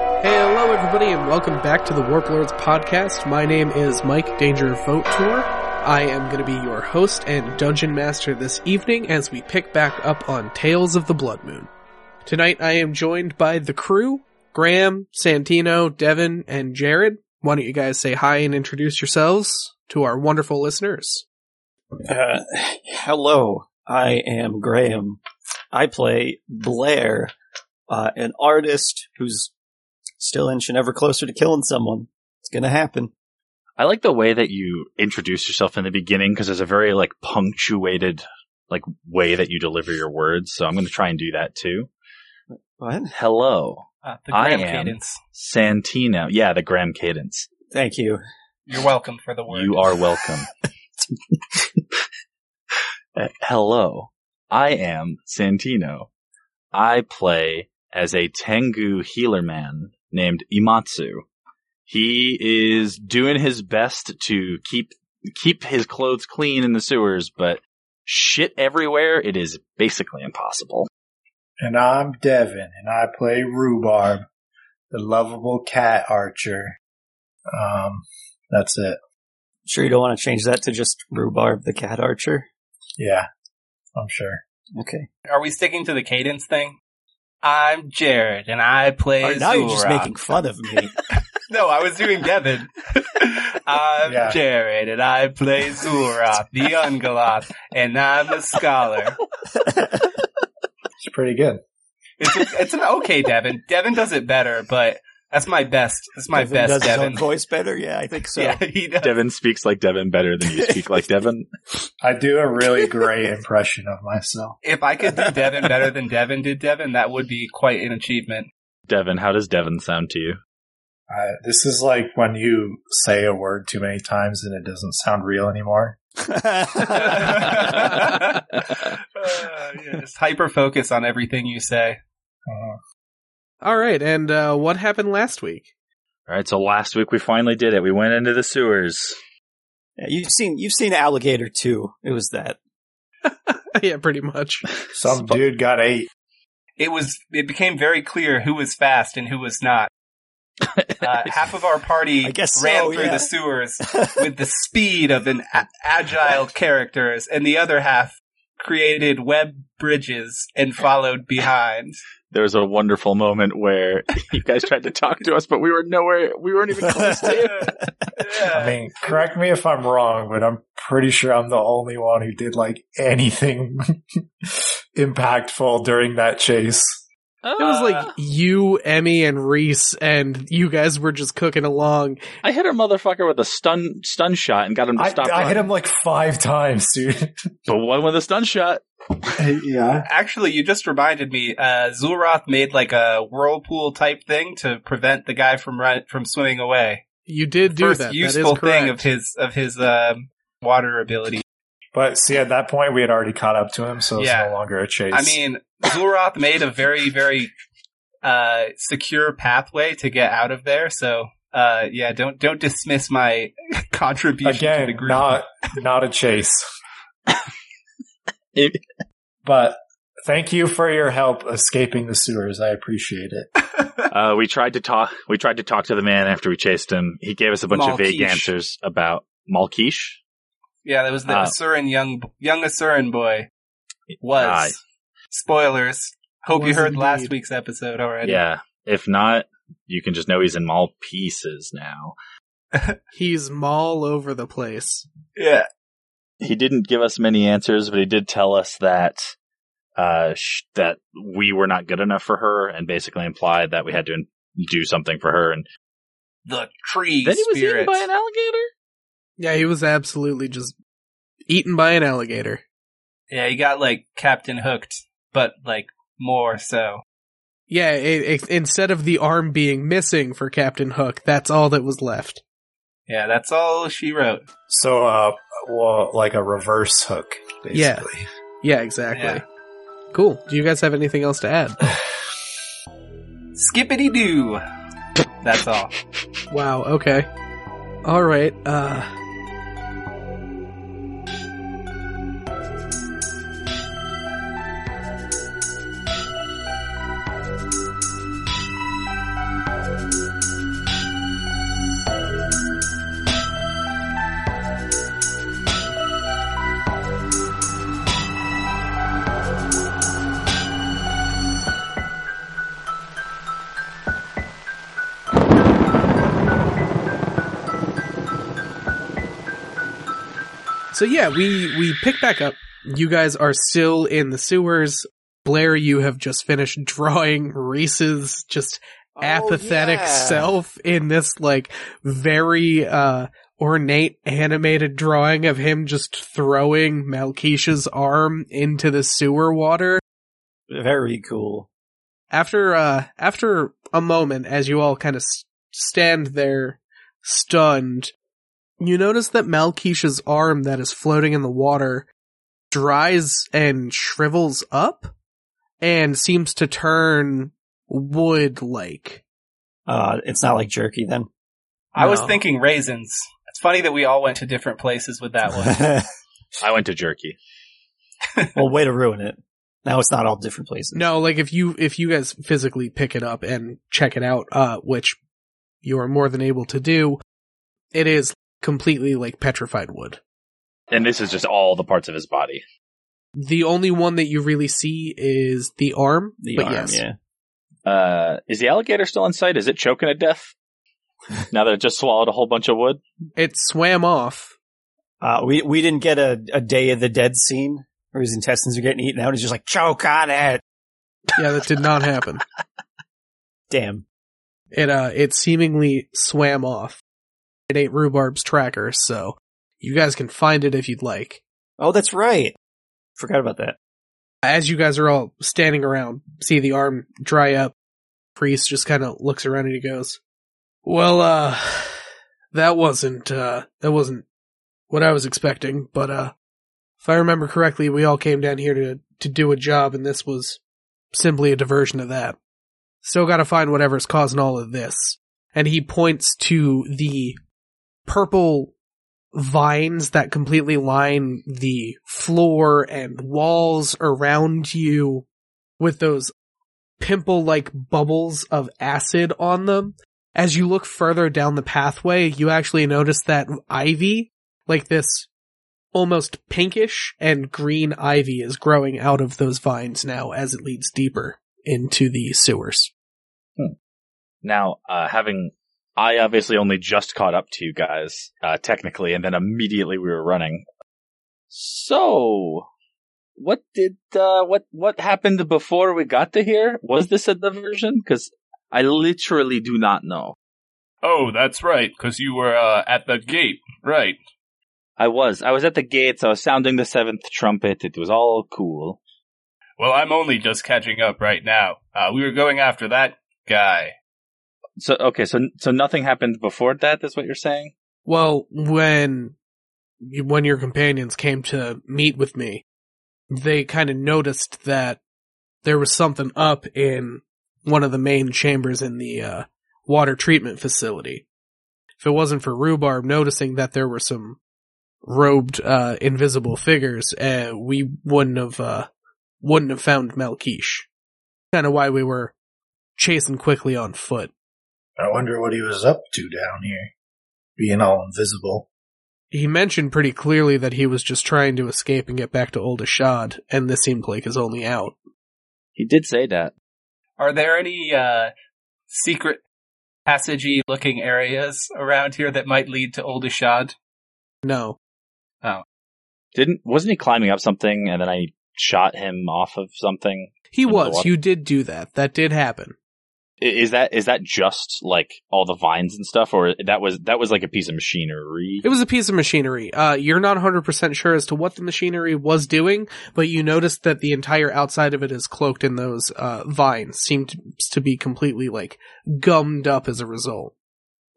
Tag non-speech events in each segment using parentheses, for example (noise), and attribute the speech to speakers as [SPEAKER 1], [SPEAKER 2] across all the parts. [SPEAKER 1] Hello, everybody, and welcome back to the Warp Lords podcast. My name is Mike Danger Vote Tour. I am going to be your host and dungeon master this evening as we pick back up on Tales of the Blood Moon. Tonight, I am joined by the crew Graham, Santino, Devin, and Jared. Why don't you guys say hi and introduce yourselves to our wonderful listeners?
[SPEAKER 2] Uh, hello, I am Graham. I play Blair, uh, an artist who's still inching ever closer to killing someone. It's gonna happen.
[SPEAKER 3] I like the way that you introduce yourself in the beginning because there's a very like punctuated like way that you deliver your words. So I'm going to try and do that too.
[SPEAKER 2] What?
[SPEAKER 3] Hello,
[SPEAKER 4] Uh, the
[SPEAKER 3] I
[SPEAKER 4] Graham
[SPEAKER 3] am.
[SPEAKER 4] cadence.
[SPEAKER 3] Santino. Yeah, the Graham cadence.
[SPEAKER 2] Thank you.
[SPEAKER 4] You're welcome for the word.
[SPEAKER 3] You are welcome. (laughs) Uh, Hello, I am Santino. I play as a Tengu healer man named Imatsu. He is doing his best to keep keep his clothes clean in the sewers, but shit everywhere. It is basically impossible.
[SPEAKER 5] And I'm Devin, and I play Rhubarb, the lovable cat archer. Um, that's it.
[SPEAKER 2] Sure, you don't want to change that to just Rhubarb the Cat Archer?
[SPEAKER 5] Yeah, I'm sure.
[SPEAKER 2] Okay.
[SPEAKER 4] Are we sticking to the cadence thing? I'm Jared, and I play.
[SPEAKER 2] Alright, Oh, now you're just
[SPEAKER 4] Zul'Rock.
[SPEAKER 2] making fun of me.
[SPEAKER 4] (laughs) No, I was
[SPEAKER 2] (laughs)
[SPEAKER 4] doing Devin. I'm
[SPEAKER 5] Yeah.
[SPEAKER 4] Jared, and I play Zulroth,
[SPEAKER 2] (laughs)
[SPEAKER 4] the Ungoloth, and I'm a scholar.
[SPEAKER 5] It's pretty good.
[SPEAKER 4] It's, a, it's an okay Devin. Devin does it better, but that's my best. That's my
[SPEAKER 2] Devin
[SPEAKER 4] best
[SPEAKER 2] does his own
[SPEAKER 4] Devin.
[SPEAKER 2] voice better. Yeah, I think so.
[SPEAKER 4] Yeah, he does.
[SPEAKER 3] Devin speaks like Devin better than you speak like Devin.
[SPEAKER 5] I do a really great impression of myself.
[SPEAKER 4] If I could do Devin better than Devin did Devin, that would be quite an achievement.
[SPEAKER 3] Devin, how does Devin sound to you?
[SPEAKER 5] I, this is like when you say a word too many times and it doesn't sound real anymore.
[SPEAKER 4] Uh, yeah, just hyper focus on everything you say.
[SPEAKER 5] Uh,
[SPEAKER 1] All right, and uh, what happened last week? (laughs)
[SPEAKER 3] All right, so last week we finally did it. We went into the sewers.
[SPEAKER 2] Yeah, you've seen you've seen Alligator too. It was that. (laughs)
[SPEAKER 1] yeah, pretty much.
[SPEAKER 5] some dude got eight.
[SPEAKER 4] It was it became very clear who was fast and who was not. Uh, half of our party
[SPEAKER 2] I guess
[SPEAKER 4] ran
[SPEAKER 2] so,
[SPEAKER 4] through
[SPEAKER 2] yeah.
[SPEAKER 4] the sewers with the speed of an a- agile characters, and the other half created web bridges and followed behind.
[SPEAKER 3] there was a wonderful moment where (laughs) you guys tried to talk to us, but we were nowhere. We weren't even close to you.
[SPEAKER 4] Yeah.
[SPEAKER 5] I mean, correct me if I'm wrong, but I'm pretty sure I'm the only one who did like anything (laughs) impactful during that chase.
[SPEAKER 1] It was like you, Emmy, and Reese, and you guys were just cooking along.
[SPEAKER 3] I hit a motherfucker with a stun stun shot and got him to
[SPEAKER 5] I,
[SPEAKER 3] stop.
[SPEAKER 5] I hit
[SPEAKER 3] running.
[SPEAKER 5] him like five times, dude.
[SPEAKER 3] but one with a stun shot.
[SPEAKER 5] yeah.
[SPEAKER 4] Actually, you just reminded me. Uh, Zulroth made like a whirlpool type thing to prevent the guy from run- from swimming away.
[SPEAKER 1] You did do
[SPEAKER 4] First
[SPEAKER 1] that.
[SPEAKER 4] useful
[SPEAKER 1] that is correct.
[SPEAKER 4] thing of his of his um, water ability.
[SPEAKER 5] But see, at that point, we had already caught up to him, so it's
[SPEAKER 4] Yeah.
[SPEAKER 5] no longer a chase.
[SPEAKER 4] I mean, Zulroth made a very very uh, secure pathway to get out of there. So uh, yeah, don't don't dismiss my (laughs) contribution to the
[SPEAKER 5] again,
[SPEAKER 4] group.
[SPEAKER 5] not not a
[SPEAKER 4] (laughs)
[SPEAKER 5] chase.
[SPEAKER 3] It-
[SPEAKER 5] but thank you for your help escaping the sewers. I appreciate it.
[SPEAKER 3] Uh, we tried to talk. We tried to talk to the man after we chased him. He gave us a bunch of vague
[SPEAKER 4] Malkish.
[SPEAKER 3] answers about Malkish.
[SPEAKER 4] yeah, that was the
[SPEAKER 3] Uh,
[SPEAKER 4] Asuran young young Asuran boy was
[SPEAKER 3] Aye.
[SPEAKER 4] spoilers. Hope you
[SPEAKER 1] Was
[SPEAKER 4] heard last
[SPEAKER 1] indeed.
[SPEAKER 4] week's episode already.
[SPEAKER 3] Yeah. If not, you can just know he's in Mal pieces now.
[SPEAKER 1] He's maul over the place.
[SPEAKER 4] yeah.
[SPEAKER 3] he didn't give us many answers, but he did tell us that uh, sh- that we were not good enough for her, and basically implied that we had to in- do something for her. And
[SPEAKER 4] the tree
[SPEAKER 3] then he was
[SPEAKER 4] spirit.
[SPEAKER 3] eaten by an alligator.
[SPEAKER 1] Yeah, he was absolutely just eaten by an alligator.
[SPEAKER 4] yeah, he got like Captain Hooked, but like more so.
[SPEAKER 1] Yeah, it, it, instead of the arm being missing for Captain Hook, that's all that was left.
[SPEAKER 4] Yeah, that's all she wrote.
[SPEAKER 5] So, uh, well, like a reverse hook,
[SPEAKER 1] Yeah.
[SPEAKER 5] basically.
[SPEAKER 1] Yeah, exactly.
[SPEAKER 4] Yeah.
[SPEAKER 1] Cool. Do you guys have anything else to
[SPEAKER 4] (laughs)
[SPEAKER 1] add?
[SPEAKER 4] Skippity doo. That's all.
[SPEAKER 1] wow, okay. All right. Uh So yeah, we we pick back up. You guys are still in the sewers. Blair, you have just finished (laughs) drawing Reese's just
[SPEAKER 2] Oh,
[SPEAKER 1] apathetic self in this like very uh ornate animated drawing of him just throwing Malkisha's arm into the sewer water.
[SPEAKER 2] Oh, Very cool.
[SPEAKER 1] After uh after a moment as you all kind of s- stand there stunned, you notice that Malkisha's arm that is floating in the water dries and shrivels up and seems to turn wood like.
[SPEAKER 2] Uh, it's not like jerky then.
[SPEAKER 6] I was
[SPEAKER 1] No.
[SPEAKER 6] thinking raisins. It's funny that we all went to different places with that one.
[SPEAKER 2] (laughs)
[SPEAKER 3] I went to Jerky.
[SPEAKER 2] well, way to ruin it. Now it's not all different places.
[SPEAKER 1] No, like if you if you guys physically pick it up and check it out, uh, which you are more than able to do, it is completely like petrified wood.
[SPEAKER 3] And this is just all the parts of his body.
[SPEAKER 1] The only one that you really see is the arm.
[SPEAKER 2] the
[SPEAKER 1] but
[SPEAKER 2] arm,
[SPEAKER 1] yes.
[SPEAKER 2] yeah.
[SPEAKER 3] Uh, is the alligator still in sight? Is it choking to death? (laughs) now that it just swallowed a whole bunch of wood?
[SPEAKER 1] It swam off.
[SPEAKER 2] Uh, we we didn't get a, a Day of the Dead scene where his intestines are getting eaten out. He's just like choke on it.
[SPEAKER 1] Yeah, that did not happen.
[SPEAKER 2] Damn.
[SPEAKER 1] It uh it seemingly swam off. It ate rhubarb's tracker, so you guys can find it if you'd like.
[SPEAKER 2] Oh, that's right. Forgot about that.
[SPEAKER 1] as you guys are all standing around, see the arm dry up, Priest just kind of looks around and he goes, "Well, uh, that wasn't uh, that wasn't what I was expecting, but uh, if I remember correctly, we all came down here to to do a job, and this was simply a diversion of that. Still got to find whatever's causing all of this." And he points to the purple vines that completely line the floor and walls around you with those pimple like bubbles of acid on them. As you look further down the pathway, you actually notice that ivy, like this almost pinkish and green ivy is growing out of those vines now as it leads deeper into the sewers.
[SPEAKER 3] Now, uh, having, I obviously only just caught up to you guys, uh, technically, and then immediately we were running. So, what did, uh, what, what happened before we got to here? Was this a diversion? Cause I literally do not know.
[SPEAKER 4] (laughs) Oh, that's right, because you were uh, at the gate, right?
[SPEAKER 3] I was, I was at the gates, I was sounding the seventh trumpet, it was all cool.
[SPEAKER 4] Well, I'm only just catching up right now. Uh, we were going after that guy.
[SPEAKER 3] So, okay, so, so nothing happened before that is what you're saying?
[SPEAKER 1] Well, when you- when your companions came to meet with me, they kind of noticed that there was something up in one of the main chambers in the uh, water treatment facility. If it wasn't for Rhubarb noticing that there were some robed, uh, invisible figures, uh, we wouldn't have uh, wouldn't have found Malkish. Kind of why we were chasing quickly on foot.
[SPEAKER 5] I wonder what he was up to down here, being all invisible.
[SPEAKER 1] he mentioned pretty clearly that he was just trying to escape and get back to Old Ashad, and this seemed like his only out.
[SPEAKER 3] He did say that.
[SPEAKER 6] Are there any uh, secret passagey looking areas around here that might lead to Old Ashad?
[SPEAKER 1] No.
[SPEAKER 3] Didn't, wasn't he climbing up something and then I shot him off of something?
[SPEAKER 1] He
[SPEAKER 3] Into the
[SPEAKER 1] was.
[SPEAKER 3] water.
[SPEAKER 1] You did do that. That did happen.
[SPEAKER 3] I- Is that is that just like all the vines and stuff, or that was that was like a piece of machinery?
[SPEAKER 1] It was a piece of machinery. Uh, you're not 100% sure as to what the machinery was doing, but you noticed that the entire outside of it is cloaked in those, uh, vines. Seemed to be completely, like, gummed up as a result.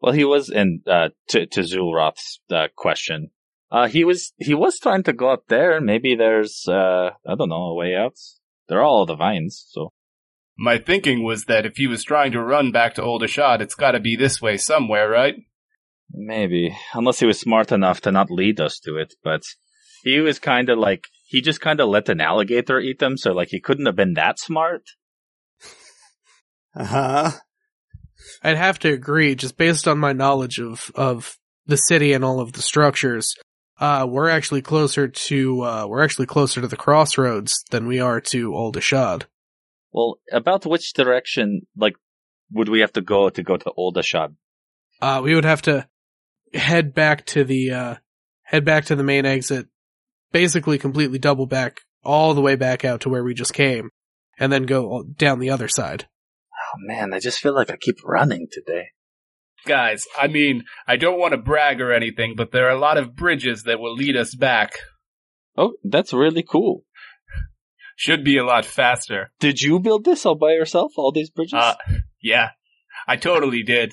[SPEAKER 3] well, he was, and uh, to to Zulroth's uh, question, uh, he was he was trying to go up there. Maybe there's uh, I don't know a way out. They're all the vines, so
[SPEAKER 4] My thinking was that if he was trying to run back to Old Ashad, it's got to be this way somewhere, right?
[SPEAKER 3] maybe unless he was smart enough to not lead us to it. But he was kind of like he just kind of let an alligator eat them, so like he couldn't have been that smart.
[SPEAKER 2] Uh huh.
[SPEAKER 1] I'd have to agree, just based on my knowledge of of the city and all of the structures. Uh, we're actually closer to uh, we're actually closer to the crossroads than we are to Old Ashad.
[SPEAKER 3] Well, about which direction, like, would we have to go to go to Old Ashad?
[SPEAKER 1] Uh, we would have to head back to the uh, head back to the main exit, basically completely double back all the way back out to where we just came, and then go all- down the other side.
[SPEAKER 3] Oh man, I just feel like I keep running today.
[SPEAKER 4] Guys, I mean, I don't want to brag or anything, but there are a lot of bridges that will lead us back.
[SPEAKER 3] Oh, that's really cool.
[SPEAKER 4] Should be a lot faster.
[SPEAKER 3] Did you build this all by yourself? All these bridges?
[SPEAKER 4] Uh, yeah, I totally did.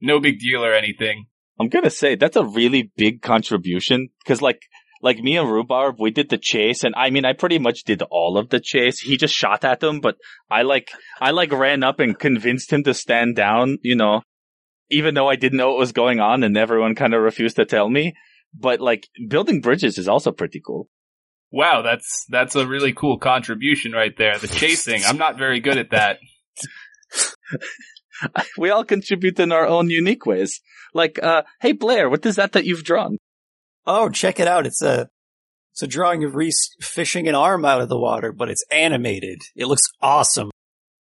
[SPEAKER 4] No big deal or anything.
[SPEAKER 3] I'm gonna say that's a really big contribution because like like me and Rhubarb, we did the chase, and I mean, I pretty much did all of the chase. He just shot at them, but I like I like ran up and convinced him to stand down. You know, even though I didn't know what was going on, and everyone kind of refused to tell me. But like building bridges is also pretty cool.
[SPEAKER 4] Wow, that's that's a really cool contribution right there. The chasing, I'm not very good at that.
[SPEAKER 3] We all contribute in our own unique ways. Like, uh, hey Blair, what is that that you've drawn?
[SPEAKER 2] Oh, check it out. It's a it's a drawing of Reese fishing an arm out of the water, but it's animated. It looks awesome.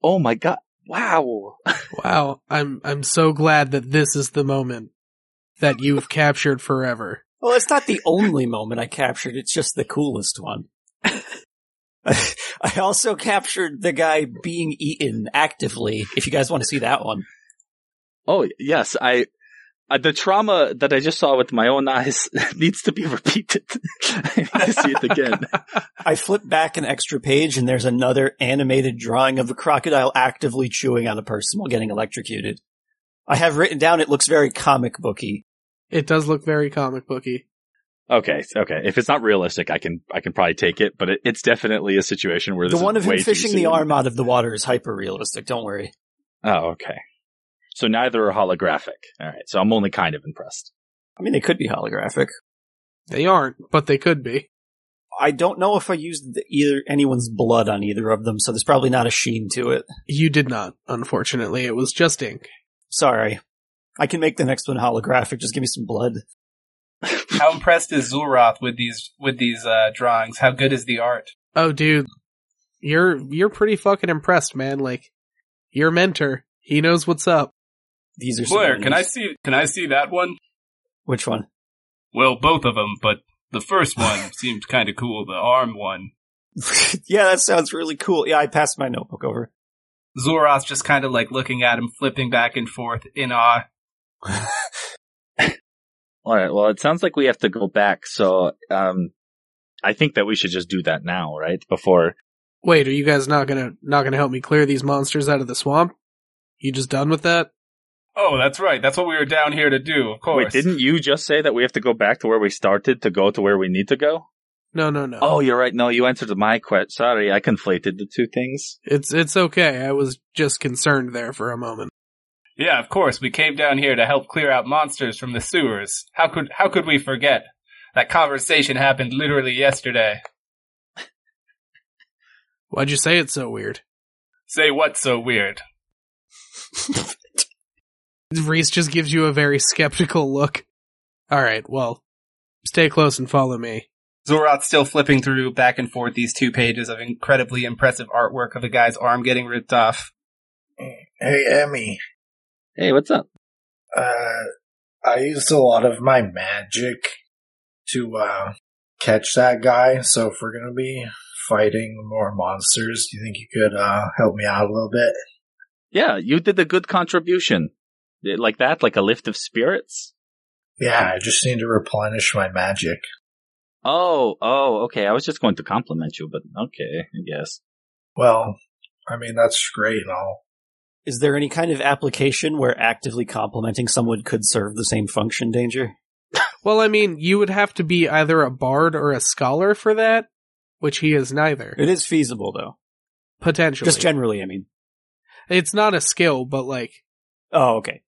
[SPEAKER 3] Oh my god! Wow.
[SPEAKER 1] Wow, I'm I'm so glad that this is the moment that you've captured forever.
[SPEAKER 2] Well, it's not the only moment I captured. It's just the coolest one. (laughs) I also captured the guy being eaten actively. If you guys want to see that one,
[SPEAKER 3] Oh yes, I uh, the trauma that I just saw with my own eyes (laughs) needs to be repeated. I need to see it again.
[SPEAKER 2] I flip back an extra page and there's another animated drawing of a crocodile actively chewing on a person while getting electrocuted. I have written down it looks very comic booky.
[SPEAKER 1] It does look very comic booky.
[SPEAKER 3] (laughs) okay, okay. If it's not realistic, I can I can probably take it, but it, it's definitely a situation where
[SPEAKER 2] The
[SPEAKER 3] this
[SPEAKER 2] one
[SPEAKER 3] is
[SPEAKER 2] of him
[SPEAKER 3] way too
[SPEAKER 2] fishing the
[SPEAKER 3] soon.
[SPEAKER 2] arm out of the water is hyper realistic. Don't worry.
[SPEAKER 3] Oh, okay. So neither are holographic. All right. So I'm only kind of impressed.
[SPEAKER 2] I mean, they could be holographic.
[SPEAKER 1] They aren't, but they could be.
[SPEAKER 2] I don't know if I used the, either anyone's blood on either of them, so there's probably not a sheen to it.
[SPEAKER 1] You did not, unfortunately. It was just ink.
[SPEAKER 2] Sorry. I can make the next one holographic. Just give me some blood.
[SPEAKER 6] How impressed is Zulroth with these with these uh, drawings? How good is the art?
[SPEAKER 1] Oh, dude, you're you're pretty fucking impressed, man. Like your mentor, he knows what's up.
[SPEAKER 2] These are some
[SPEAKER 4] Blair, can I
[SPEAKER 2] winners.
[SPEAKER 4] see can I see that one?
[SPEAKER 2] Which one? (laughs)
[SPEAKER 4] Well, both of them, but the first one seemed kind of cool, the arm one.
[SPEAKER 2] yeah, that sounds really cool. Yeah, I passed my notebook over.
[SPEAKER 6] Zulroth just kind of like looking at him, flipping back and forth in awe.
[SPEAKER 3] All right. Well, it sounds like we have to go back. So um, I think that we should just do that now, right? Before
[SPEAKER 1] Wait, are you guys not gonna not gonna help me clear these monsters out of the swamp? You just done with that?
[SPEAKER 4] Oh, that's right. That's what we were down here to do, of course.
[SPEAKER 3] Wait, didn't you just say that we have to go back to where we started to go to where we need to go?
[SPEAKER 1] No, no, no.
[SPEAKER 3] Oh, you're right. No, you answered my question. Sorry, I conflated the two things.
[SPEAKER 1] It's it's okay. I was just concerned there for a moment.
[SPEAKER 4] Yeah, of course. We came down here to help clear out monsters from the sewers. How could how could we forget? That conversation happened literally yesterday.
[SPEAKER 1] Why'd you say it so weird?
[SPEAKER 4] Say what's so weird?
[SPEAKER 1] Reese just gives you a very skeptical look. All right, well, stay close and follow me.
[SPEAKER 6] Zulroth's still flipping through back and forth these two pages of incredibly impressive artwork of a guy's arm getting ripped off.
[SPEAKER 5] Hey, Emmy.
[SPEAKER 3] Hey, what's up?
[SPEAKER 5] Uh, I used a lot of my magic to uh, catch that guy. So if we're gonna be fighting more monsters, do you think you could uh, help me out a little bit?
[SPEAKER 3] Yeah, you did a good contribution. Eh, Like that, like a lift of spirits?
[SPEAKER 5] Yeah, I just need to replenish my magic.
[SPEAKER 3] Oh, oh, okay. I was just going to compliment you, but okay, I guess.
[SPEAKER 5] Well, I mean that's great and all.
[SPEAKER 2] Is there any kind of application where actively complimenting someone could serve the same function danger?
[SPEAKER 1] Well, I mean, you would have to be either a bard or a scholar for that, which he is neither.
[SPEAKER 2] It is feasible though.
[SPEAKER 1] Potentially.
[SPEAKER 2] Just generally, I mean.
[SPEAKER 1] it's not a skill, but like
[SPEAKER 2] Oh, okay.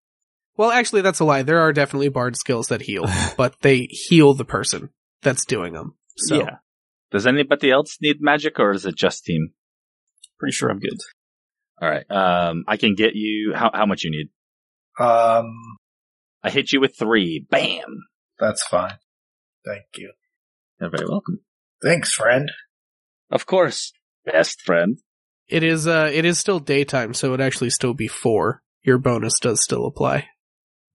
[SPEAKER 1] Well, actually, that's a lie. There are definitely bard skills that
[SPEAKER 2] (laughs)
[SPEAKER 1] heal, but they heal the person that's doing them. So,
[SPEAKER 2] Yeah.
[SPEAKER 3] Does anybody else need magic or is it just team?
[SPEAKER 2] Pretty sure I'm good.
[SPEAKER 3] All right. Um, I can get you how, how much you need.
[SPEAKER 5] Um,
[SPEAKER 3] I hit you with three. Bam.
[SPEAKER 5] that's fine. Thank you.
[SPEAKER 3] You're very welcome.
[SPEAKER 5] Thanks, friend.
[SPEAKER 3] Of course. Best friend.
[SPEAKER 1] it is uh, it is still daytime, so it would actually still be four. Your bonus does still apply.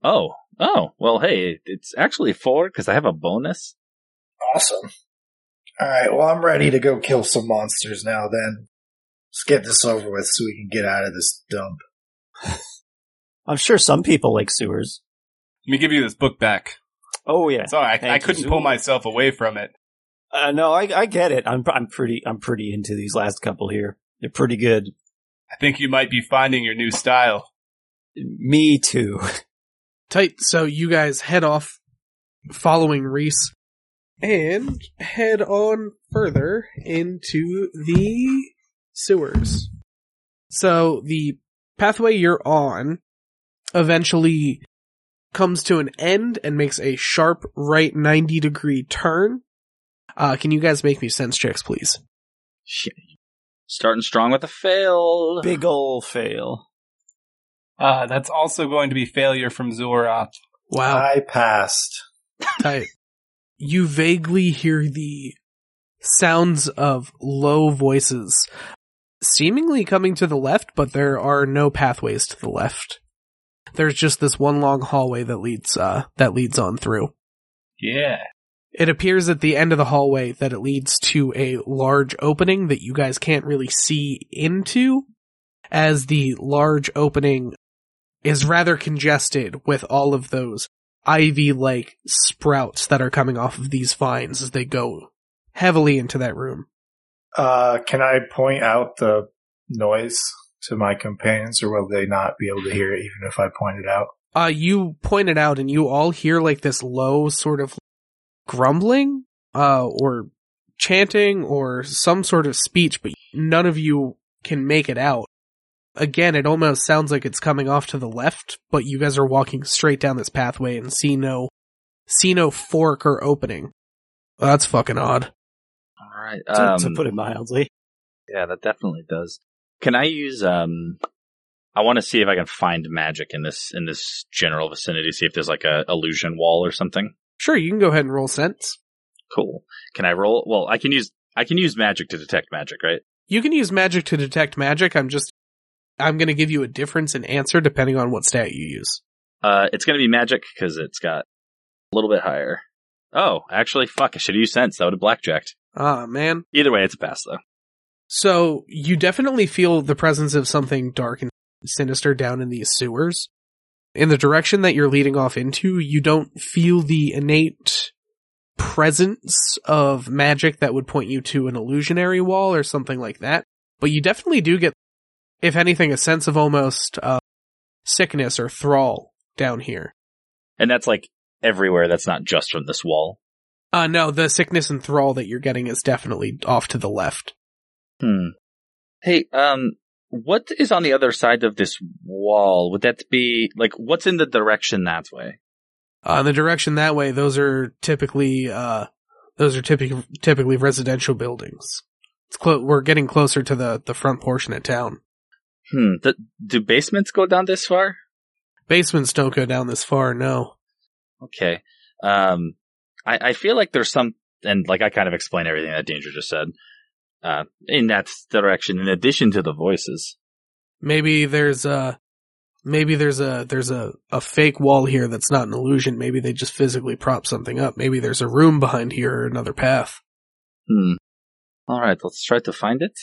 [SPEAKER 3] Oh, Oh, well, hey, it's actually four because I have a bonus.
[SPEAKER 5] Awesome. All right, well, I'm ready to go kill some monsters now then. Let's get this over with so we can get out of this dump.
[SPEAKER 2] I'm sure some people like sewers.
[SPEAKER 4] Let me give you this book back.
[SPEAKER 2] Oh yeah.
[SPEAKER 4] Sorry, I,
[SPEAKER 2] Thank
[SPEAKER 4] I
[SPEAKER 2] you,
[SPEAKER 4] couldn't
[SPEAKER 2] Zool.
[SPEAKER 4] pull myself away from it.
[SPEAKER 2] Uh, no, I, I get it. I'm I'm pretty I'm pretty into these last couple here. They're pretty good.
[SPEAKER 4] I think you might be finding your new style.
[SPEAKER 2] Me (laughs) too.
[SPEAKER 1] Tight. So you guys head off following Reese and head on further into the sewers. So the pathway you're on eventually comes to an end and makes a sharp right 90 degree turn. Uh, can you guys make me sense checks, please?
[SPEAKER 3] Shit. Starting strong with a fail.
[SPEAKER 2] Big ol' fail.
[SPEAKER 4] Uh, that's also going to be failure from Zoroth.
[SPEAKER 1] Wow.
[SPEAKER 5] I passed.
[SPEAKER 1] Tight. You vaguely hear the sounds of low voices seemingly coming to the left, but there are no pathways to the left. There's just this one long hallway that leads uh that leads on through.
[SPEAKER 4] Yeah.
[SPEAKER 1] It appears at the end of the hallway that it leads to a large opening that you guys can't really see into, as the large opening is rather congested with all of those ivy like sprouts that are coming off of these vines as they go heavily into that room.
[SPEAKER 5] Uh, can I point out the noise to my companions, or will they not be able to hear it even if I point it out?
[SPEAKER 1] Uh, you pointed out, and you all hear like this low sort of grumbling, uh, or chanting, or some sort of speech, but none of you can make it out. Again, it almost sounds like it's coming off to the left, but you guys are walking straight down this pathway and see no, see no fork or opening. Well, that's fucking odd.
[SPEAKER 3] All right.
[SPEAKER 2] To,
[SPEAKER 3] Um,
[SPEAKER 2] to put it mildly.
[SPEAKER 3] yeah, that definitely does. Can I use? Um, I want to see if I can find magic in this in this general vicinity. See if there's like a illusion wall or something.
[SPEAKER 1] Sure, you can go ahead and roll sense.
[SPEAKER 3] Cool. Can I roll? Well, I can use I can use magic to detect magic, right?
[SPEAKER 1] You can use magic to detect magic. I'm just, I'm gonna give you a difference in answer depending on what stat you use.
[SPEAKER 3] Uh, it's going to be magic because it's got a little bit higher. Oh, actually, fuck! I should have used sense. That would have blackjacked.
[SPEAKER 1] Ah, man.
[SPEAKER 3] Either way, it's a pass though.
[SPEAKER 1] So you definitely feel the presence of something dark and sinister down in these sewers. In the direction that you're leading off into, you don't feel the innate presence of magic that would point you to an illusionary wall or something like that. But you definitely do get, if anything, a sense of almost uh, sickness or thrall down here.
[SPEAKER 3] And that's like everywhere. That's not just from this wall.
[SPEAKER 1] Uh, no, the sickness and thrall that you're getting is definitely off to the left.
[SPEAKER 3] Hmm. Hey, um, what is on the other side of this wall? Would that be like what's in the direction that way?
[SPEAKER 1] uh, in the direction that way, those are typically uh, those are typically typically residential buildings. It's clo- we're getting closer to the the front portion of town.
[SPEAKER 3] Hmm. Th- do basements go down this far?
[SPEAKER 1] Basements don't go down this far, no.
[SPEAKER 3] Okay. Um, I, I feel like there's some, and like I kind of explained everything that Danger just said. Uh, in that direction, in addition to the voices.
[SPEAKER 1] Maybe there's a maybe there's a there's a a fake wall here that's not an illusion. Maybe they just physically prop something up. Maybe there's a room behind here or another path.
[SPEAKER 3] Hmm. All right, let's try to find it.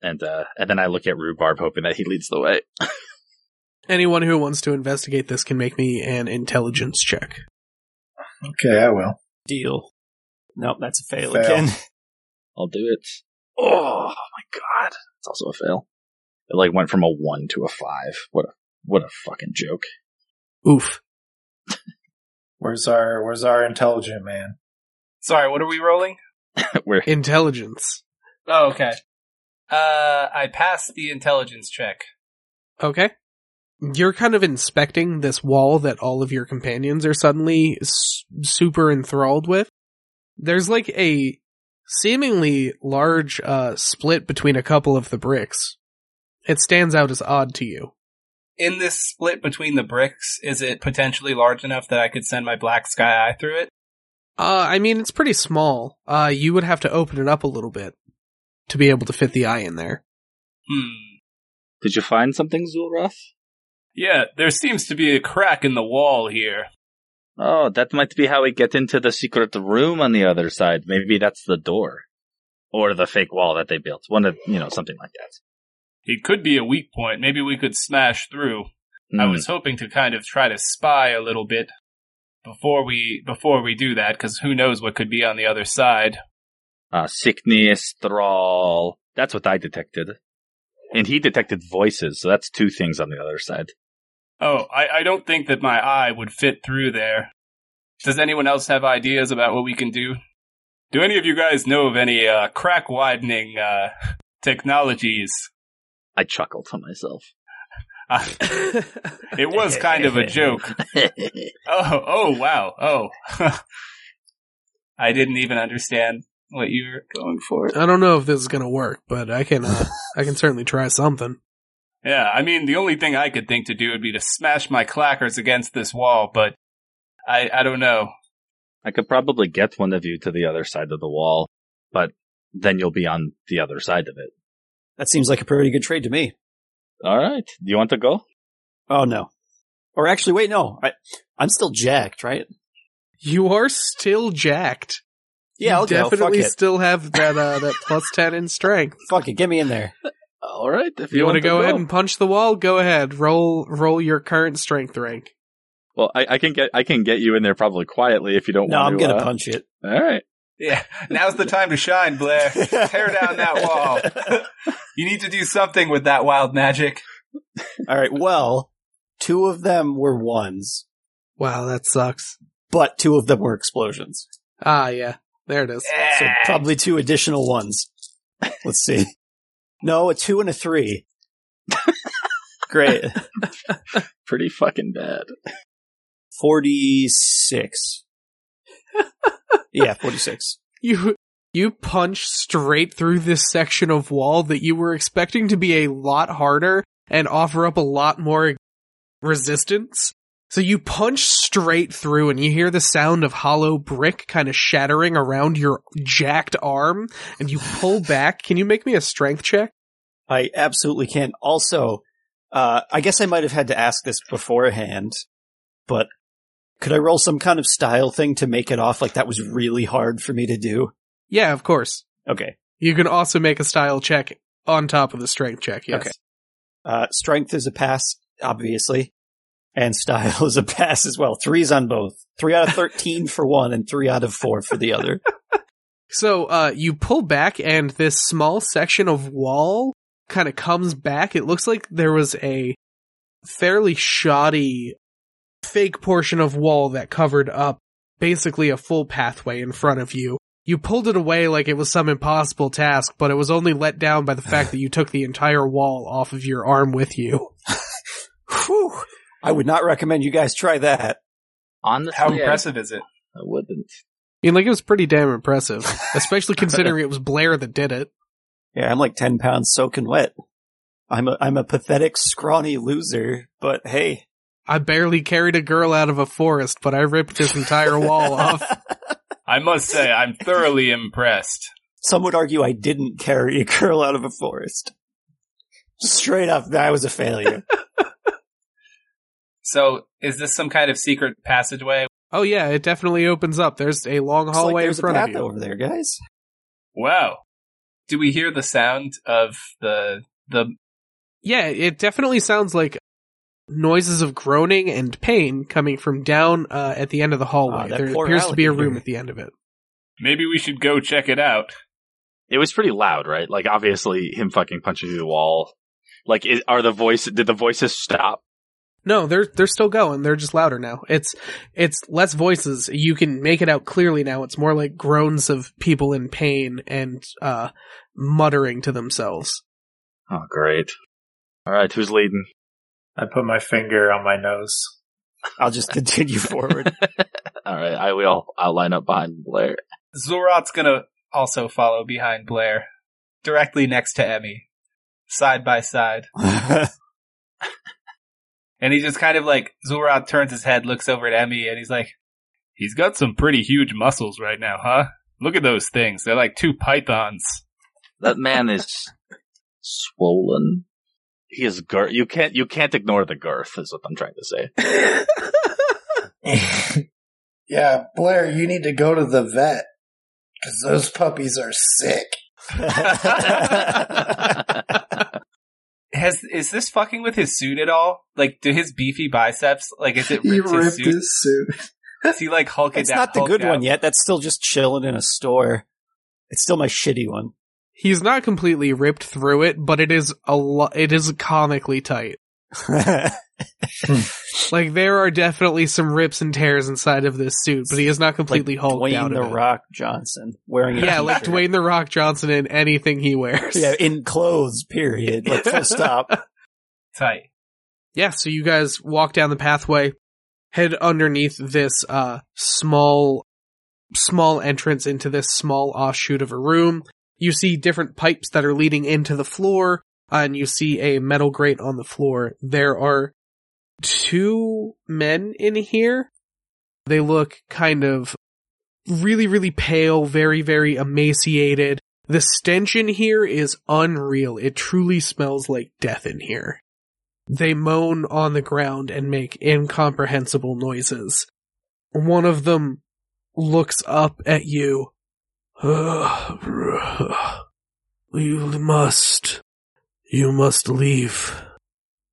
[SPEAKER 3] And uh, and then I look at Rhubarb, hoping that he leads the way.
[SPEAKER 1] Anyone who wants to investigate this can make me an intelligence check.
[SPEAKER 5] Okay, I will.
[SPEAKER 2] Deal. Nope, that's a fail, (laughs)
[SPEAKER 5] Fail.
[SPEAKER 2] again.
[SPEAKER 3] I'll do it. Oh my god, it's also a fail. It like went from a one to a five. What a what a fucking joke.
[SPEAKER 1] Oof.
[SPEAKER 5] Where's our Where's our intelligent man?
[SPEAKER 4] Sorry, what are we rolling?
[SPEAKER 3] We're
[SPEAKER 1] Intelligence.
[SPEAKER 4] Oh, okay. Uh, I passed the intelligence check.
[SPEAKER 1] Okay. You're kind of inspecting this wall that all of your companions are suddenly s- super enthralled with. There's like a seemingly large uh, split between a couple of the bricks. It stands out as odd to you.
[SPEAKER 4] In this split between the bricks, is it potentially large enough that I could send my black sky eye through it?
[SPEAKER 1] Uh, I mean, it's pretty small. Uh, you would have to open it up a little bit to be able to fit the eye in there.
[SPEAKER 4] Hmm.
[SPEAKER 3] Did you find something, Zulroth?
[SPEAKER 4] Yeah, there seems to be a crack in the wall here.
[SPEAKER 3] Oh, that might be how we get into the secret room on the other side. Maybe that's the door. Or the fake wall that they built. One of, you know, something like that.
[SPEAKER 4] It could be a weak point. Maybe we could smash through. I
[SPEAKER 3] Hmm.
[SPEAKER 4] was hoping to kind of try to spy a little bit before we before we do that, because who knows what could be on the other side.
[SPEAKER 3] Uh, sickness, thrall. That's what I detected. And he detected voices, so that's two things on the other side.
[SPEAKER 4] Oh, I, I don't think that my eye would fit through there. Does anyone else have ideas about what we can do? Do any of you guys know of any uh, crack widening uh, technologies?
[SPEAKER 3] I chuckled to myself.
[SPEAKER 4] Uh, it was kind of a joke. Oh, oh, wow. Oh. (laughs) I didn't even understand what you were going for.
[SPEAKER 1] I don't know if this is gonna work, but I can uh, I can certainly try something.
[SPEAKER 4] Yeah, I mean, the only thing I could think to do would be to smash my clackers against this wall, but I, I don't know.
[SPEAKER 3] I could probably get one of you to the other side of the wall, but then you'll be on the other side of it.
[SPEAKER 2] That seems like a pretty good trade to me.
[SPEAKER 3] All right. Do you want to go?
[SPEAKER 2] Oh no. Or actually, wait, no. I, I'm still jacked, right?
[SPEAKER 1] You are still jacked.
[SPEAKER 2] Yeah,
[SPEAKER 1] you
[SPEAKER 2] I'll go. Fuck
[SPEAKER 1] definitely
[SPEAKER 2] it.
[SPEAKER 1] still have that uh, that
[SPEAKER 2] (laughs)
[SPEAKER 1] plus ten in strength.
[SPEAKER 2] Fuck it. Get me in there.
[SPEAKER 3] All right. If
[SPEAKER 1] If you, want to go, ahead and punch the wall, go ahead. Roll roll your current strength rank.
[SPEAKER 3] Well, I, I can get I can get you in there probably quietly if you don't
[SPEAKER 2] No,
[SPEAKER 3] want
[SPEAKER 2] I'm
[SPEAKER 3] to.
[SPEAKER 2] gonna
[SPEAKER 3] uh,
[SPEAKER 2] punch it.
[SPEAKER 3] All right.
[SPEAKER 6] Yeah, now's the time to shine, Blair. (laughs) Tear down that wall. you need to do something with that wild magic.
[SPEAKER 2] (laughs) All right. Well, two of them were ones,
[SPEAKER 1] Wow, that sucks.
[SPEAKER 2] but two of them were explosions.
[SPEAKER 1] Ah, yeah, there it is.
[SPEAKER 2] So
[SPEAKER 6] Eh,
[SPEAKER 2] probably two additional ones. Let's see. (laughs) No, a two and
[SPEAKER 6] (laughs)
[SPEAKER 2] a three. Great.
[SPEAKER 3] Pretty fucking bad.
[SPEAKER 2] 46. yeah, 46.
[SPEAKER 1] You you punch straight through this section of wall that you were expecting to be a lot harder and offer up a lot more resistance. So you punch straight through and you hear the sound of hollow brick kind of shattering around your jacked arm and you pull back. Can you make me a strength check?
[SPEAKER 2] I absolutely can. Also, uh, I guess I might have had to ask this beforehand, but could I roll some kind of style thing to make it off? Like that was really hard for me to do.
[SPEAKER 1] Yeah, of course.
[SPEAKER 2] Okay.
[SPEAKER 1] You can also make a style check on top of the strength check. Yes.
[SPEAKER 2] Okay. Uh, strength is a pass, obviously. And style (laughs) is a pass as well. Threes on both. Three out of 13 for one and three out of four for the other.
[SPEAKER 1] So uh, you pull back, and this small section of wall kind of comes back. It looks like there was a fairly shoddy fake portion of wall that covered up basically a full pathway in front of you. You pulled it away like it was some impossible task, but it was only let down by the fact that you took the entire wall off of your arm with you.
[SPEAKER 2] Whew. I would not recommend you guys try that.
[SPEAKER 3] Honestly,
[SPEAKER 6] How
[SPEAKER 3] I-
[SPEAKER 6] impressive is it?
[SPEAKER 3] I wouldn't.
[SPEAKER 1] I mean, like it was pretty damn impressive, especially considering it was Blair that did it.
[SPEAKER 2] Yeah, I'm like 10 pounds soaking wet. I'm a, I'm a pathetic, scrawny loser, but hey.
[SPEAKER 1] I barely carried a girl out of a forest, but I ripped this entire
[SPEAKER 2] (laughs)
[SPEAKER 1] wall off.
[SPEAKER 4] I must say, I'm thoroughly impressed.
[SPEAKER 2] Some would argue I didn't carry a (laughs) girl out of a forest. Straight up, I was
[SPEAKER 1] (laughs)
[SPEAKER 2] a failure.
[SPEAKER 6] So, is this some kind of secret passageway?
[SPEAKER 1] Oh yeah, it definitely opens up. There's a long
[SPEAKER 2] Looks like
[SPEAKER 1] hallway in
[SPEAKER 2] there's a
[SPEAKER 1] front
[SPEAKER 2] path
[SPEAKER 1] of you.
[SPEAKER 2] over there, guys.
[SPEAKER 4] Wow.
[SPEAKER 6] Do we hear the sound of the the?
[SPEAKER 1] Yeah, it definitely sounds like noises of groaning and pain coming from down uh, at the end of the hallway.
[SPEAKER 2] Ah, that
[SPEAKER 1] there
[SPEAKER 2] poor
[SPEAKER 1] appears to be a
[SPEAKER 2] alligator.
[SPEAKER 1] room at the end of it.
[SPEAKER 4] Maybe we should go check it out.
[SPEAKER 3] It was pretty loud, right? Like obviously him fucking punching through the wall. Like is, are the voice did the voices stop?
[SPEAKER 1] No, they're they're still going. They're just louder now. It's it's less voices. You can make it out clearly now. It's more like groans of people in pain and uh, muttering to themselves.
[SPEAKER 3] Oh great. All right, who's leading?
[SPEAKER 5] I put my finger on my (laughs) nose.
[SPEAKER 2] I'll just (laughs)
[SPEAKER 1] (laughs)
[SPEAKER 2] continue forward. (laughs)
[SPEAKER 3] All right, I will. I'll line up behind Blair.
[SPEAKER 6] Zorat's gonna also follow behind Blair, directly next to Emmy, side by side, and he just kind of like Zorat turns his head, looks over at Emmy, and he's like,
[SPEAKER 4] He's got some pretty huge muscles right now, huh? Look at those things. They're like two pythons.
[SPEAKER 3] That man is swollen. he is girth. You can't you can't ignore the girth is what I'm trying to (laughs) say.
[SPEAKER 5] yeah, Blair, you need to go to the vet because those puppies are sick.
[SPEAKER 6] Has is this fucking with his suit at all? Like, do his beefy biceps like is
[SPEAKER 2] (laughs)
[SPEAKER 6] it
[SPEAKER 5] He
[SPEAKER 6] ripped,
[SPEAKER 5] ripped
[SPEAKER 6] his suit?
[SPEAKER 5] his suit.
[SPEAKER 6] Does he like Hulk it
[SPEAKER 2] it's
[SPEAKER 6] out-
[SPEAKER 2] not the
[SPEAKER 6] Hulk
[SPEAKER 2] good
[SPEAKER 6] out?
[SPEAKER 2] one yet. That's still just chilling in a store. It's still my shitty one. (laughs)
[SPEAKER 1] He's not completely ripped through it, but it is a lo- it is comically tight. Like there are definitely some rips and tears inside of this suit, but he is not completely
[SPEAKER 2] like
[SPEAKER 1] hulked
[SPEAKER 2] Dwayne
[SPEAKER 1] out. of
[SPEAKER 2] the
[SPEAKER 1] it.
[SPEAKER 2] Rock Johnson wearing a (laughs)
[SPEAKER 1] yeah, like
[SPEAKER 2] t-shirt.
[SPEAKER 1] Dwayne the Rock Johnson in anything he wears.
[SPEAKER 2] yeah in clothes period
[SPEAKER 1] (laughs)
[SPEAKER 2] like full stop
[SPEAKER 6] Tight.
[SPEAKER 1] yeah, so you guys walk down the pathway, head underneath this uh small small entrance into this small offshoot of a room. You see different pipes that are leading into the floor, and you see a metal grate on the floor. There are two men in here. They look kind of really, really pale, very, very emaciated. The stench in here is unreal. It truly smells like death in here. They moan on the ground and make incomprehensible noises. One of them looks up at you. (sighs) You must. You must leave.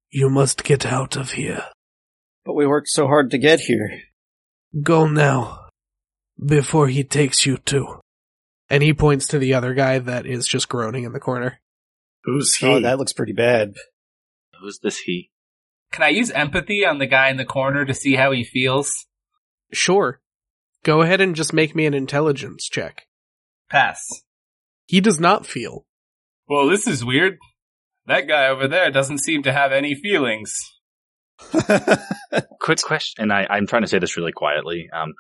[SPEAKER 1] You must get out of here.
[SPEAKER 2] but we worked so hard to get here
[SPEAKER 1] Go now. Before he takes you too. And he points to the other guy that is just groaning in the corner.
[SPEAKER 5] (laughs) Who's he?
[SPEAKER 2] oh that looks pretty bad (laughs)
[SPEAKER 3] Who's this he?
[SPEAKER 6] Can I use empathy on the guy in the corner to see how he feels?
[SPEAKER 1] Sure. Go ahead and just make me an intelligence check.
[SPEAKER 6] Pass.
[SPEAKER 1] He does not feel.
[SPEAKER 4] Well, this is weird. That guy over there doesn't seem to have any feelings.
[SPEAKER 3] Quick question and I, I'm trying to say this really quietly. Um